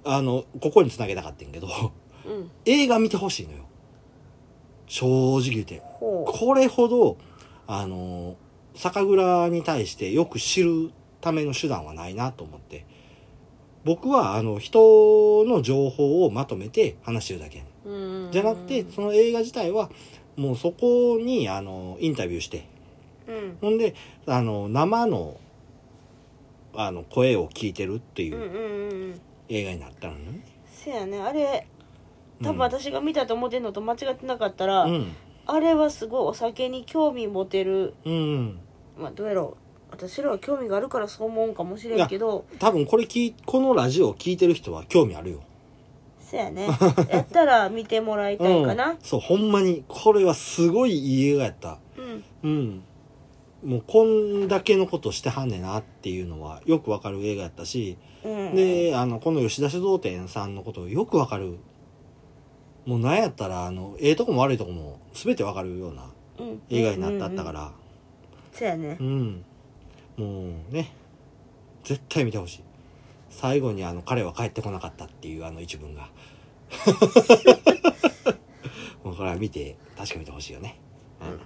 [SPEAKER 1] あのここに繋げたかったんけど *laughs*
[SPEAKER 2] うん
[SPEAKER 1] 映画見てほしいのよ正直言うて
[SPEAKER 2] ほ
[SPEAKER 1] これほどあの酒蔵に対してよく知るための手段はないなと思って僕はあの人の情報をまとめて話してるだけ
[SPEAKER 2] う、うん、
[SPEAKER 1] じゃなくてその映画自体はもうそこにあのインタビューして
[SPEAKER 2] うん
[SPEAKER 1] ほんであの生のあの声を聞いてるってい
[SPEAKER 2] うんう
[SPEAKER 1] うん
[SPEAKER 2] うんうん
[SPEAKER 1] 映画になったのね、
[SPEAKER 2] せやねあれ
[SPEAKER 1] うん
[SPEAKER 2] 多分私が見たと思ってんのと間違ってなかったら、
[SPEAKER 1] うん
[SPEAKER 2] あれはすごいお酒に興味持てる
[SPEAKER 1] うん
[SPEAKER 2] まあどうやろう私らは興味があるからそう思うんかもしれんけど
[SPEAKER 1] 多分これ聞いこのラジオを聞いてる人は興味あるよ
[SPEAKER 2] そうやねやったら見てもらいたいか
[SPEAKER 1] う、
[SPEAKER 2] なん
[SPEAKER 1] そうほんまにこれはすごいいい映画やった
[SPEAKER 2] うん
[SPEAKER 1] うんもうこんだけのことしてはんねんなっていうのはよくわかる映画やったし、
[SPEAKER 2] うん、
[SPEAKER 1] であのこの吉田酒造店さんのことをよくわかるもうなんやったらあのええとこも悪いとこも全てわかるような
[SPEAKER 2] うん、、
[SPEAKER 1] 映画になってあったからら
[SPEAKER 2] そうやね
[SPEAKER 1] うん、もうね絶対見てほしい最後にあの「彼は帰ってこなかった」っていうあの一文
[SPEAKER 2] *laughs*
[SPEAKER 1] がもうこれは見て確か見てほしいよね、うん
[SPEAKER 2] うん
[SPEAKER 1] は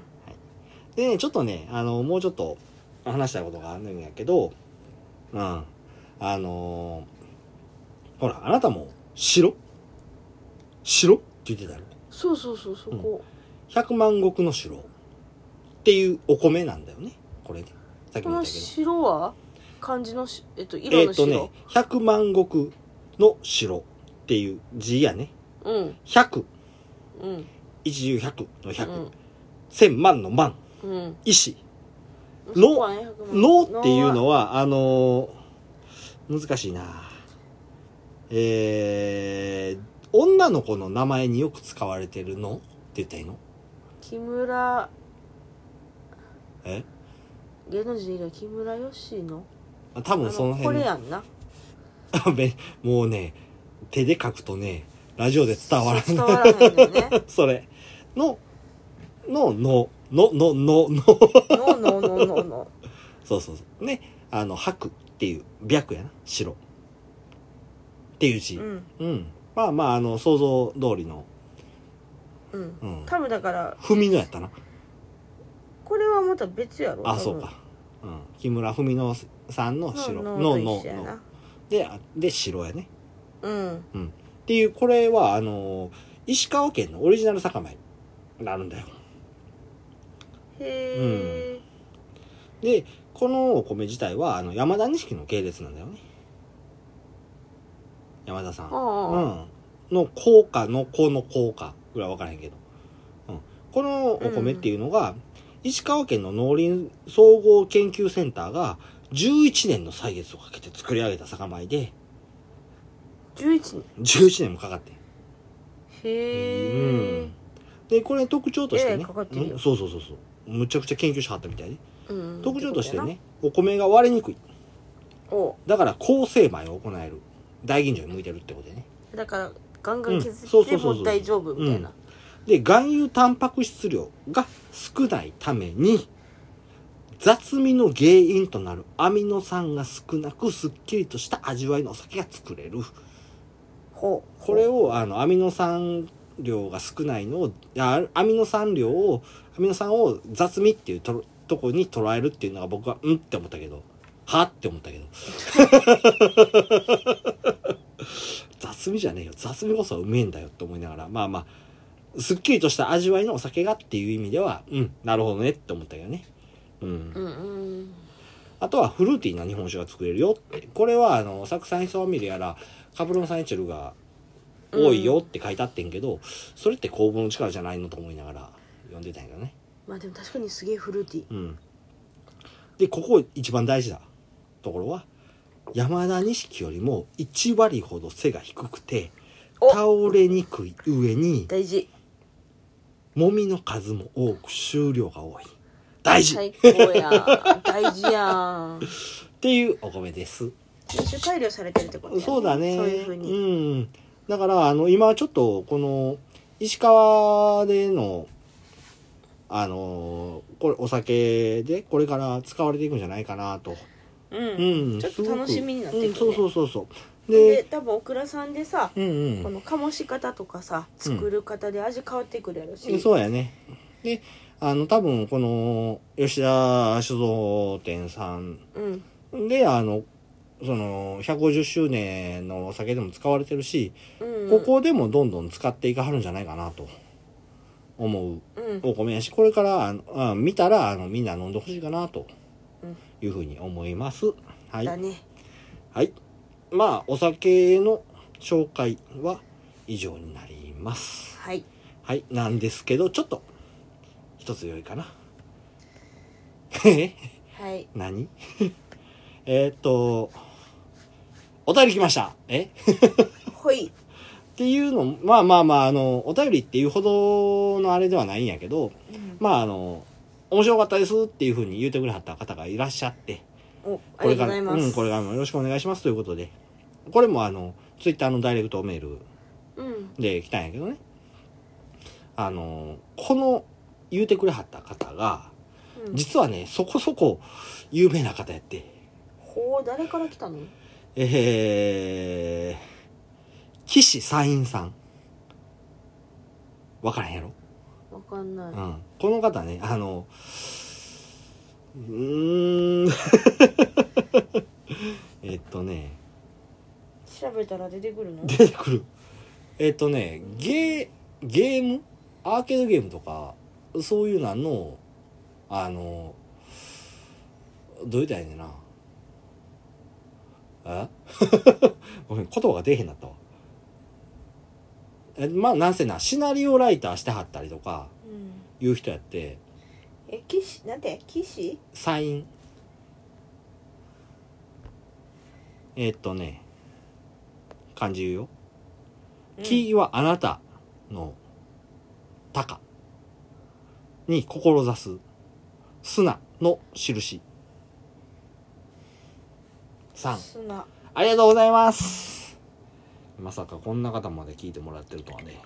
[SPEAKER 1] い、でねちょっとねあのもうちょっと話したいことがあるんやけどうんあのーほらあなたも「白白」って言ってたよ
[SPEAKER 2] そうそうそうそこ、
[SPEAKER 1] 百万石の城っていうお米なんだよねこれねさっき
[SPEAKER 2] こ
[SPEAKER 1] も言った
[SPEAKER 2] の
[SPEAKER 1] けど
[SPEAKER 2] 白は漢字のし、えっと、
[SPEAKER 1] え
[SPEAKER 2] 色
[SPEAKER 1] っ、
[SPEAKER 2] の
[SPEAKER 1] と
[SPEAKER 2] 白、
[SPEAKER 1] ね百万石の城っていう字やね
[SPEAKER 2] うん
[SPEAKER 1] 百
[SPEAKER 2] うん
[SPEAKER 1] 一十百の
[SPEAKER 2] う
[SPEAKER 1] 百、
[SPEAKER 2] ん
[SPEAKER 1] 千万の万
[SPEAKER 2] うん
[SPEAKER 1] 石
[SPEAKER 2] そこはね100
[SPEAKER 1] のっていうの
[SPEAKER 2] は
[SPEAKER 1] はあのー難しいなえー、女の子の名前によく使われてるのって言ったらいいの
[SPEAKER 2] 木村
[SPEAKER 1] え
[SPEAKER 2] 芸能人以外木村佳乃の
[SPEAKER 1] 多
[SPEAKER 2] あ
[SPEAKER 1] 分
[SPEAKER 2] の
[SPEAKER 1] その
[SPEAKER 2] こ
[SPEAKER 1] 辺
[SPEAKER 2] れ
[SPEAKER 1] の
[SPEAKER 2] やんな
[SPEAKER 1] あ *laughs* べもうね、手で書くとね、ラジオで伝わら
[SPEAKER 2] 伝わらへんのよね
[SPEAKER 1] *laughs* ん。それ。の、の、の、の、の、の、の。
[SPEAKER 2] ののののの
[SPEAKER 1] そうそうそう。ね。あの、白っていう、白やな。白。っていう字。
[SPEAKER 2] う
[SPEAKER 1] うん。
[SPEAKER 2] ん
[SPEAKER 1] まあまあ、あの、想像通りの、
[SPEAKER 2] うん
[SPEAKER 1] うん。
[SPEAKER 2] 多分だから
[SPEAKER 1] 文野やったな。
[SPEAKER 2] これはまた別やろ
[SPEAKER 1] あ、そうか。うん。木村文野さんの
[SPEAKER 2] 多分
[SPEAKER 1] 白。
[SPEAKER 2] の
[SPEAKER 1] の、の、
[SPEAKER 2] ののや
[SPEAKER 1] の
[SPEAKER 2] な。
[SPEAKER 1] で、あで、白やね。
[SPEAKER 2] うん
[SPEAKER 1] っていう、これは、あの、石川県のオリジナル酒米があるんだよ。
[SPEAKER 2] へえ
[SPEAKER 1] でこのお米自体はあの山田錦の系列なんだよね山田さん、
[SPEAKER 2] う
[SPEAKER 1] うん、
[SPEAKER 2] んうん
[SPEAKER 1] の効果の子の効果ぐらい分からへんけど、うん、このお米っていうのが、石川県の農林総合研究センターが11年の歳月をかけて作り上げた酒米で
[SPEAKER 2] 11
[SPEAKER 1] 11年もかかってん
[SPEAKER 2] へえ
[SPEAKER 1] でこれ特徴として
[SPEAKER 2] ええ
[SPEAKER 1] ね、
[SPEAKER 2] かかってるよ
[SPEAKER 1] うんそうそうそうそうむちゃくちゃ研究しはったみたいで
[SPEAKER 2] うん
[SPEAKER 1] 特徴としてねお米が割れにくい
[SPEAKER 2] お
[SPEAKER 1] だから高精米を行える大吟醸に向いてるってことでね
[SPEAKER 2] だからガンガン削
[SPEAKER 1] うんそう
[SPEAKER 2] っ
[SPEAKER 1] そ
[SPEAKER 2] て
[SPEAKER 1] うそ
[SPEAKER 2] も
[SPEAKER 1] うそう
[SPEAKER 2] う大丈夫みたいな
[SPEAKER 1] で含有タンパク質量が少ないために雑味の原因となるアミノ酸が少なくすっきりとした味わいのお酒が作れる
[SPEAKER 2] ほう
[SPEAKER 1] これをあのアミノ酸量が少ないのをあアミノ酸量をアミノ酸を雑味っていうとろとこに捉えるっていうのが僕はうんって思ったけどはって思ったけど *laughs* 雑味じゃねえよ雑味こそはうめえんだよって思いながらまあまあすっきりとした味わいのお酒がっていう意味ではうんなるほどねって思ったけどねうん
[SPEAKER 2] うんうん
[SPEAKER 1] あとはフルーティーな日本酒が作れるよって。これは、あの、酢酸イソアミルやら、カプロンサイチルが多いよって書いてあってんけど、それって酵母の力じゃないのと思いながら読んでたんやけどね。
[SPEAKER 2] まあでも確かにすげえフルーティー
[SPEAKER 1] うん。で、ここ一番大事なところは、山田錦よりも1割ほど背が低くて、
[SPEAKER 2] お
[SPEAKER 1] 倒れにくい上に、
[SPEAKER 2] 大事
[SPEAKER 1] 揉みの数も多く、収量が多い。大事っ
[SPEAKER 2] 最高やん大事やん
[SPEAKER 1] ていうお米です。
[SPEAKER 2] 品種改良されてるってことや
[SPEAKER 1] そうだね。
[SPEAKER 2] そういうふうに
[SPEAKER 1] うん。だから、あの、今ちょっと、この、石川での、あのこれ、お酒で、これから使われていくんじゃないかなと。
[SPEAKER 2] うん、
[SPEAKER 1] うん。
[SPEAKER 2] ちょっ
[SPEAKER 1] す
[SPEAKER 2] と
[SPEAKER 1] ごく
[SPEAKER 2] 楽しみになってきて、
[SPEAKER 1] うん、そうそうそうそう。
[SPEAKER 2] で
[SPEAKER 1] で、
[SPEAKER 2] 多分オクラさんでさ、
[SPEAKER 1] うんう
[SPEAKER 2] こ
[SPEAKER 1] ん
[SPEAKER 2] の醸し方とかさ作る方で味変わってくるやろし、
[SPEAKER 1] うん。そうやね。で、あの、多分、この、吉田酒造店さん
[SPEAKER 2] うん
[SPEAKER 1] で、あの、その、150周年のお酒でも使われてるし、
[SPEAKER 2] うん
[SPEAKER 1] ここでもどんどん使っていかはるんじゃないかなと思う
[SPEAKER 2] うん
[SPEAKER 1] お米やし、これからあのあ見たらあのみんな飲んでほしいかなと
[SPEAKER 2] うん
[SPEAKER 1] いうふうに思います。はい。
[SPEAKER 2] だね
[SPEAKER 1] はい。まあ、お酒の紹介は以上になります。
[SPEAKER 2] はい
[SPEAKER 1] はい。なんですけど、ちょっと、一つ良いかな。 *laughs* え
[SPEAKER 2] はい
[SPEAKER 1] 何 *laughs* えーっと、お便り来ました。え
[SPEAKER 2] ほい
[SPEAKER 1] っていうの、まあまあまあ、あの、お便りっていうほどのあれではないんやけど、
[SPEAKER 2] うん
[SPEAKER 1] まああの、面白かったですっていうふうに言うてくれはった方がいらっしゃって、
[SPEAKER 2] おあ
[SPEAKER 1] こ
[SPEAKER 2] りがとう
[SPEAKER 1] れ
[SPEAKER 2] ご
[SPEAKER 1] から、
[SPEAKER 2] ざいうます。
[SPEAKER 1] ん、これからもよろしくお願いしますということで、これもあの、ツイッターのダイレクトメール
[SPEAKER 2] うん
[SPEAKER 1] で来たんやけどね、あの、この言うてくれはった方が、
[SPEAKER 2] うん
[SPEAKER 1] 実はね、そこそこ有名な方やって、
[SPEAKER 2] ほう誰から来たの？
[SPEAKER 1] えー、岸サインさん。わからへんやろ
[SPEAKER 2] わかんない。
[SPEAKER 1] うん、この方ねあのうーん *laughs* えっとね
[SPEAKER 2] 調べたら出てくるの？
[SPEAKER 1] 出てくるえっとねゲーゲームアーケードゲームとかそういうののあのどう言ったらいいねんなえ *laughs* ごめん言葉が出えへんなったわえまあなんせなシナリオライターしてはったりとか
[SPEAKER 2] うん。
[SPEAKER 1] いう人やって
[SPEAKER 2] え騎士なんて騎士？
[SPEAKER 1] サインえーっとね漢字言うよ「
[SPEAKER 2] うん
[SPEAKER 1] 木、はあなたの鷹に志す砂の印」さん
[SPEAKER 2] 砂。
[SPEAKER 1] ありがとうございますまさかこんな方まで聞いてもらってるとはね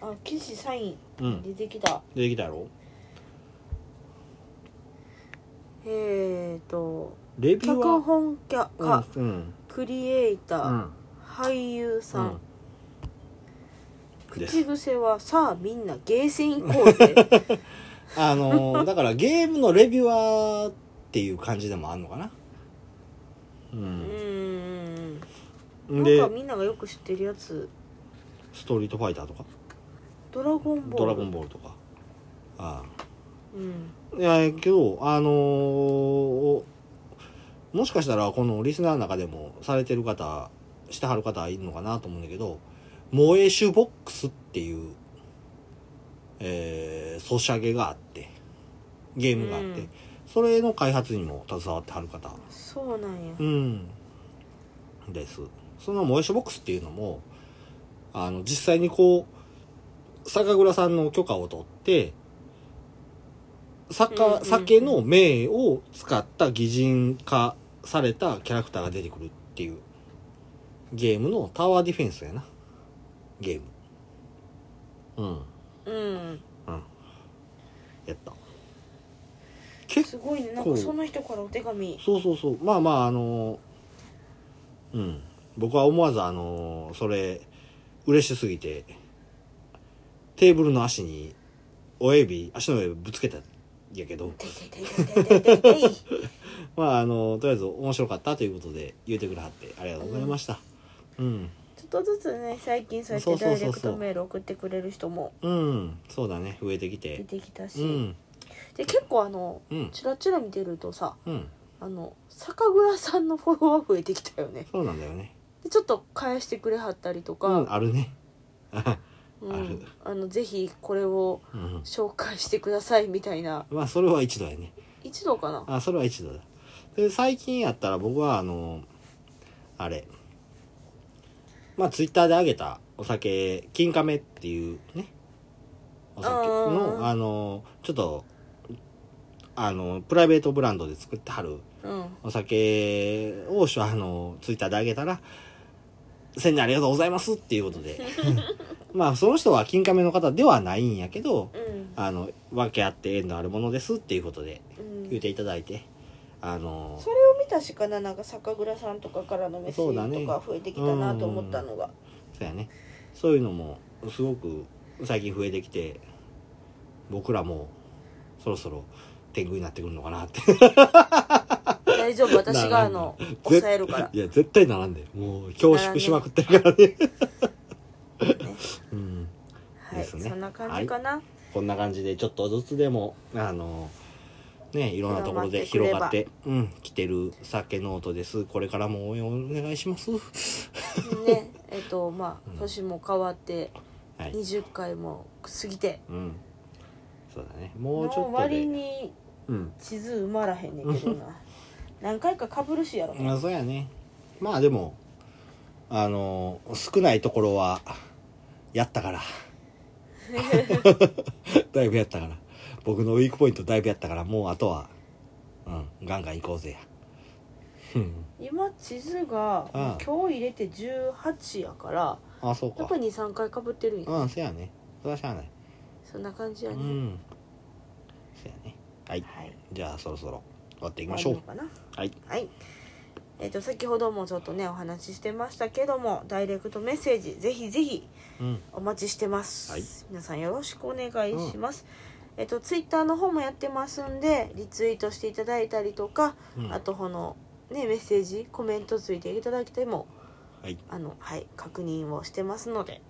[SPEAKER 2] あ騎士サイ
[SPEAKER 1] う
[SPEAKER 2] ン
[SPEAKER 1] ん
[SPEAKER 2] 出てきた。
[SPEAKER 1] 出てきたやろ
[SPEAKER 2] えーと
[SPEAKER 1] レビュー
[SPEAKER 2] 脚
[SPEAKER 1] は
[SPEAKER 2] 本家か、
[SPEAKER 1] うんうん
[SPEAKER 2] クリエイター、
[SPEAKER 1] うん
[SPEAKER 2] 俳優さん、
[SPEAKER 1] うんです
[SPEAKER 2] 口癖はさあみんなゲーセン行こうぜ
[SPEAKER 1] あのー
[SPEAKER 2] *laughs*
[SPEAKER 1] だからゲームのレビュアーっていう感じでもあんのかな。 *laughs* う
[SPEAKER 2] うー
[SPEAKER 1] ん。
[SPEAKER 2] んなん
[SPEAKER 1] で
[SPEAKER 2] か、みんながよく知ってるやつ
[SPEAKER 1] ストリートファイターとか、
[SPEAKER 2] 「ドラゴンボール」
[SPEAKER 1] ドラゴンボールとか。あ
[SPEAKER 2] うん
[SPEAKER 1] あ。いや、けど、あのーもしかしたらこのリスナーの中でもされてる方、してはる方いるのかなと思うんだけど、萌え酒ボックスっていう、えー、ソシャゲがあって、ゲームがあって、
[SPEAKER 2] うん
[SPEAKER 1] それの開発にも携わってはる方。
[SPEAKER 2] そうなんや
[SPEAKER 1] うんですその萌え書ボックスっていうのもあの実際にこう酒蔵さんの許可を取って酒,、
[SPEAKER 2] うんうんうん
[SPEAKER 1] 酒の銘を使った擬人化されたキャラクターが出てくるっていうゲームのタワーディフェンスやなゲームうん
[SPEAKER 2] うん
[SPEAKER 1] うんやった結
[SPEAKER 2] すごいねなんかその人からお手紙
[SPEAKER 1] そうそうそうまあまああのうん僕は思わずあのそれ嬉しすぎてテーブルの足に親指足の親指ぶつけたんやけど
[SPEAKER 2] 「ていていていていていていてい
[SPEAKER 1] まああのとりあえず面白かったということで言うてくれはってありがとうございましたうん
[SPEAKER 2] ちょっとずつね最近そうやっ
[SPEAKER 1] そ
[SPEAKER 2] て
[SPEAKER 1] うそうそう
[SPEAKER 2] ダイ
[SPEAKER 1] そう
[SPEAKER 2] レクトメール送ってくれる人も
[SPEAKER 1] うんそうだね増えてき
[SPEAKER 2] 出
[SPEAKER 1] て
[SPEAKER 2] てきたし、
[SPEAKER 1] うん
[SPEAKER 2] で結構あの
[SPEAKER 1] うん
[SPEAKER 2] チラチラ見てるとさ
[SPEAKER 1] うん
[SPEAKER 2] あの酒蔵さんの *laughs* フォロワー増えてきたよね
[SPEAKER 1] そうなんだよね
[SPEAKER 2] でちょっと返してくれはったりと
[SPEAKER 1] う
[SPEAKER 2] か、
[SPEAKER 1] んあるね
[SPEAKER 2] うん
[SPEAKER 1] ある
[SPEAKER 2] あのぜひこれを
[SPEAKER 1] うん
[SPEAKER 2] 紹介してくださいみたいな
[SPEAKER 1] まあそれは一度やね
[SPEAKER 2] 一度かな
[SPEAKER 1] あそれは一度だで最近やったら僕はあのあれまあツイッターであげたお酒金亀っていうねお酒
[SPEAKER 2] うん
[SPEAKER 1] のあのちょっとあのプライベートブランドで作ってはる
[SPEAKER 2] うん
[SPEAKER 1] お酒をあのツイッターであげたら「千人ありがとうございます」っていうことでまあその人は金亀の方ではないんやけど
[SPEAKER 2] うん
[SPEAKER 1] あの分け合って縁のあるものですっていうことで
[SPEAKER 2] うん
[SPEAKER 1] 言っていただいてあの
[SPEAKER 2] それを見たしかななんか酒蔵さんとかからのメッセ
[SPEAKER 1] そうだ
[SPEAKER 2] ー
[SPEAKER 1] ね
[SPEAKER 2] ジとか増えてきたなと思ったのが、
[SPEAKER 1] そうやねそういうのもすごく最近増えてきて僕らもそろそろ天狗になってくるのかなって
[SPEAKER 2] 大丈夫私があの抑えるか
[SPEAKER 1] *laughs*
[SPEAKER 2] ら
[SPEAKER 1] いや絶対並んでもう恐縮しまくってるから
[SPEAKER 2] *laughs*
[SPEAKER 1] ねうん
[SPEAKER 2] はい、
[SPEAKER 1] ですね
[SPEAKER 2] そんな感じかな、
[SPEAKER 1] こんな感じでちょっとずつでもあのねいろんなところで広
[SPEAKER 2] 広
[SPEAKER 1] が
[SPEAKER 2] ま
[SPEAKER 1] っ
[SPEAKER 2] ってて
[SPEAKER 1] うん来てる酒ノートですこれからも応援お願いします
[SPEAKER 2] ねえっとまあ
[SPEAKER 1] うん
[SPEAKER 2] 年も変わって
[SPEAKER 1] はい
[SPEAKER 2] 20回も過ぎて
[SPEAKER 1] うんそうだねもうち
[SPEAKER 2] の
[SPEAKER 1] ょっと
[SPEAKER 2] 割
[SPEAKER 1] で
[SPEAKER 2] に
[SPEAKER 1] うん
[SPEAKER 2] 地図埋まら *laughs* へんねんけどな何回かかぶるしやろ
[SPEAKER 1] まあそうやねまあでもあの少ないところはやったからだいぶやったから僕のウィークポイントだいぶやったからもうあとは、うん、ガンガン行こうぜやうん
[SPEAKER 2] 今地図が
[SPEAKER 1] ああ
[SPEAKER 2] 今日入れて18やから
[SPEAKER 1] あそう
[SPEAKER 2] や
[SPEAKER 1] か
[SPEAKER 2] っぱり23回かぶってるんや
[SPEAKER 1] うんせやねそれはしゃあない
[SPEAKER 2] そんな感じや
[SPEAKER 1] う
[SPEAKER 2] ね、
[SPEAKER 1] んせやねはい
[SPEAKER 2] はい
[SPEAKER 1] じゃあそろそろ終わっていきましょう
[SPEAKER 2] 終わるのか
[SPEAKER 1] はい
[SPEAKER 2] なはいえっ、と先ほどもちょっとねお話ししてましたけどもダイレクトメッセージぜひぜひ
[SPEAKER 1] うん
[SPEAKER 2] お待ちしてます、
[SPEAKER 1] はい
[SPEAKER 2] 皆さんよろしくお願いします、えっとツイッターの方もやってますんでリツイートしていただいたりとか、
[SPEAKER 1] うん
[SPEAKER 2] あとこのねメッセージコメントついていただいても
[SPEAKER 1] はい
[SPEAKER 2] あのはい確認をしてますので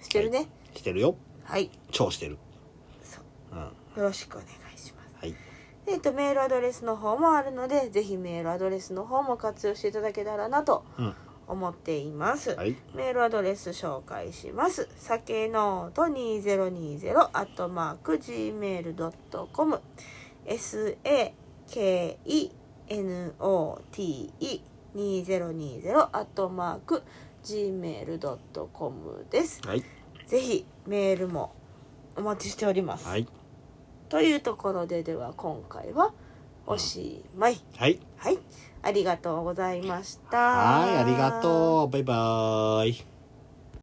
[SPEAKER 2] してるね
[SPEAKER 1] 来てるよ
[SPEAKER 2] はい、
[SPEAKER 1] 超してる
[SPEAKER 2] そう
[SPEAKER 1] うんは
[SPEAKER 2] よろしくお願いします
[SPEAKER 1] い
[SPEAKER 2] でえっとメールアドレスの方もあるのでぜひメールアドレスの方も活用していただけたらなと
[SPEAKER 1] うん
[SPEAKER 2] 思っています、
[SPEAKER 1] はい
[SPEAKER 2] メールアドレス紹介します。さけのと2020アットマーク gmail.com sakenote2020 アットマーク gmail.com です。
[SPEAKER 1] はい
[SPEAKER 2] ぜひメールもお待ちしております。
[SPEAKER 1] はい
[SPEAKER 2] というところででは今回はおしまい。
[SPEAKER 1] はい
[SPEAKER 2] はい。ありがとうございました。
[SPEAKER 1] はいありがとうバイバーイ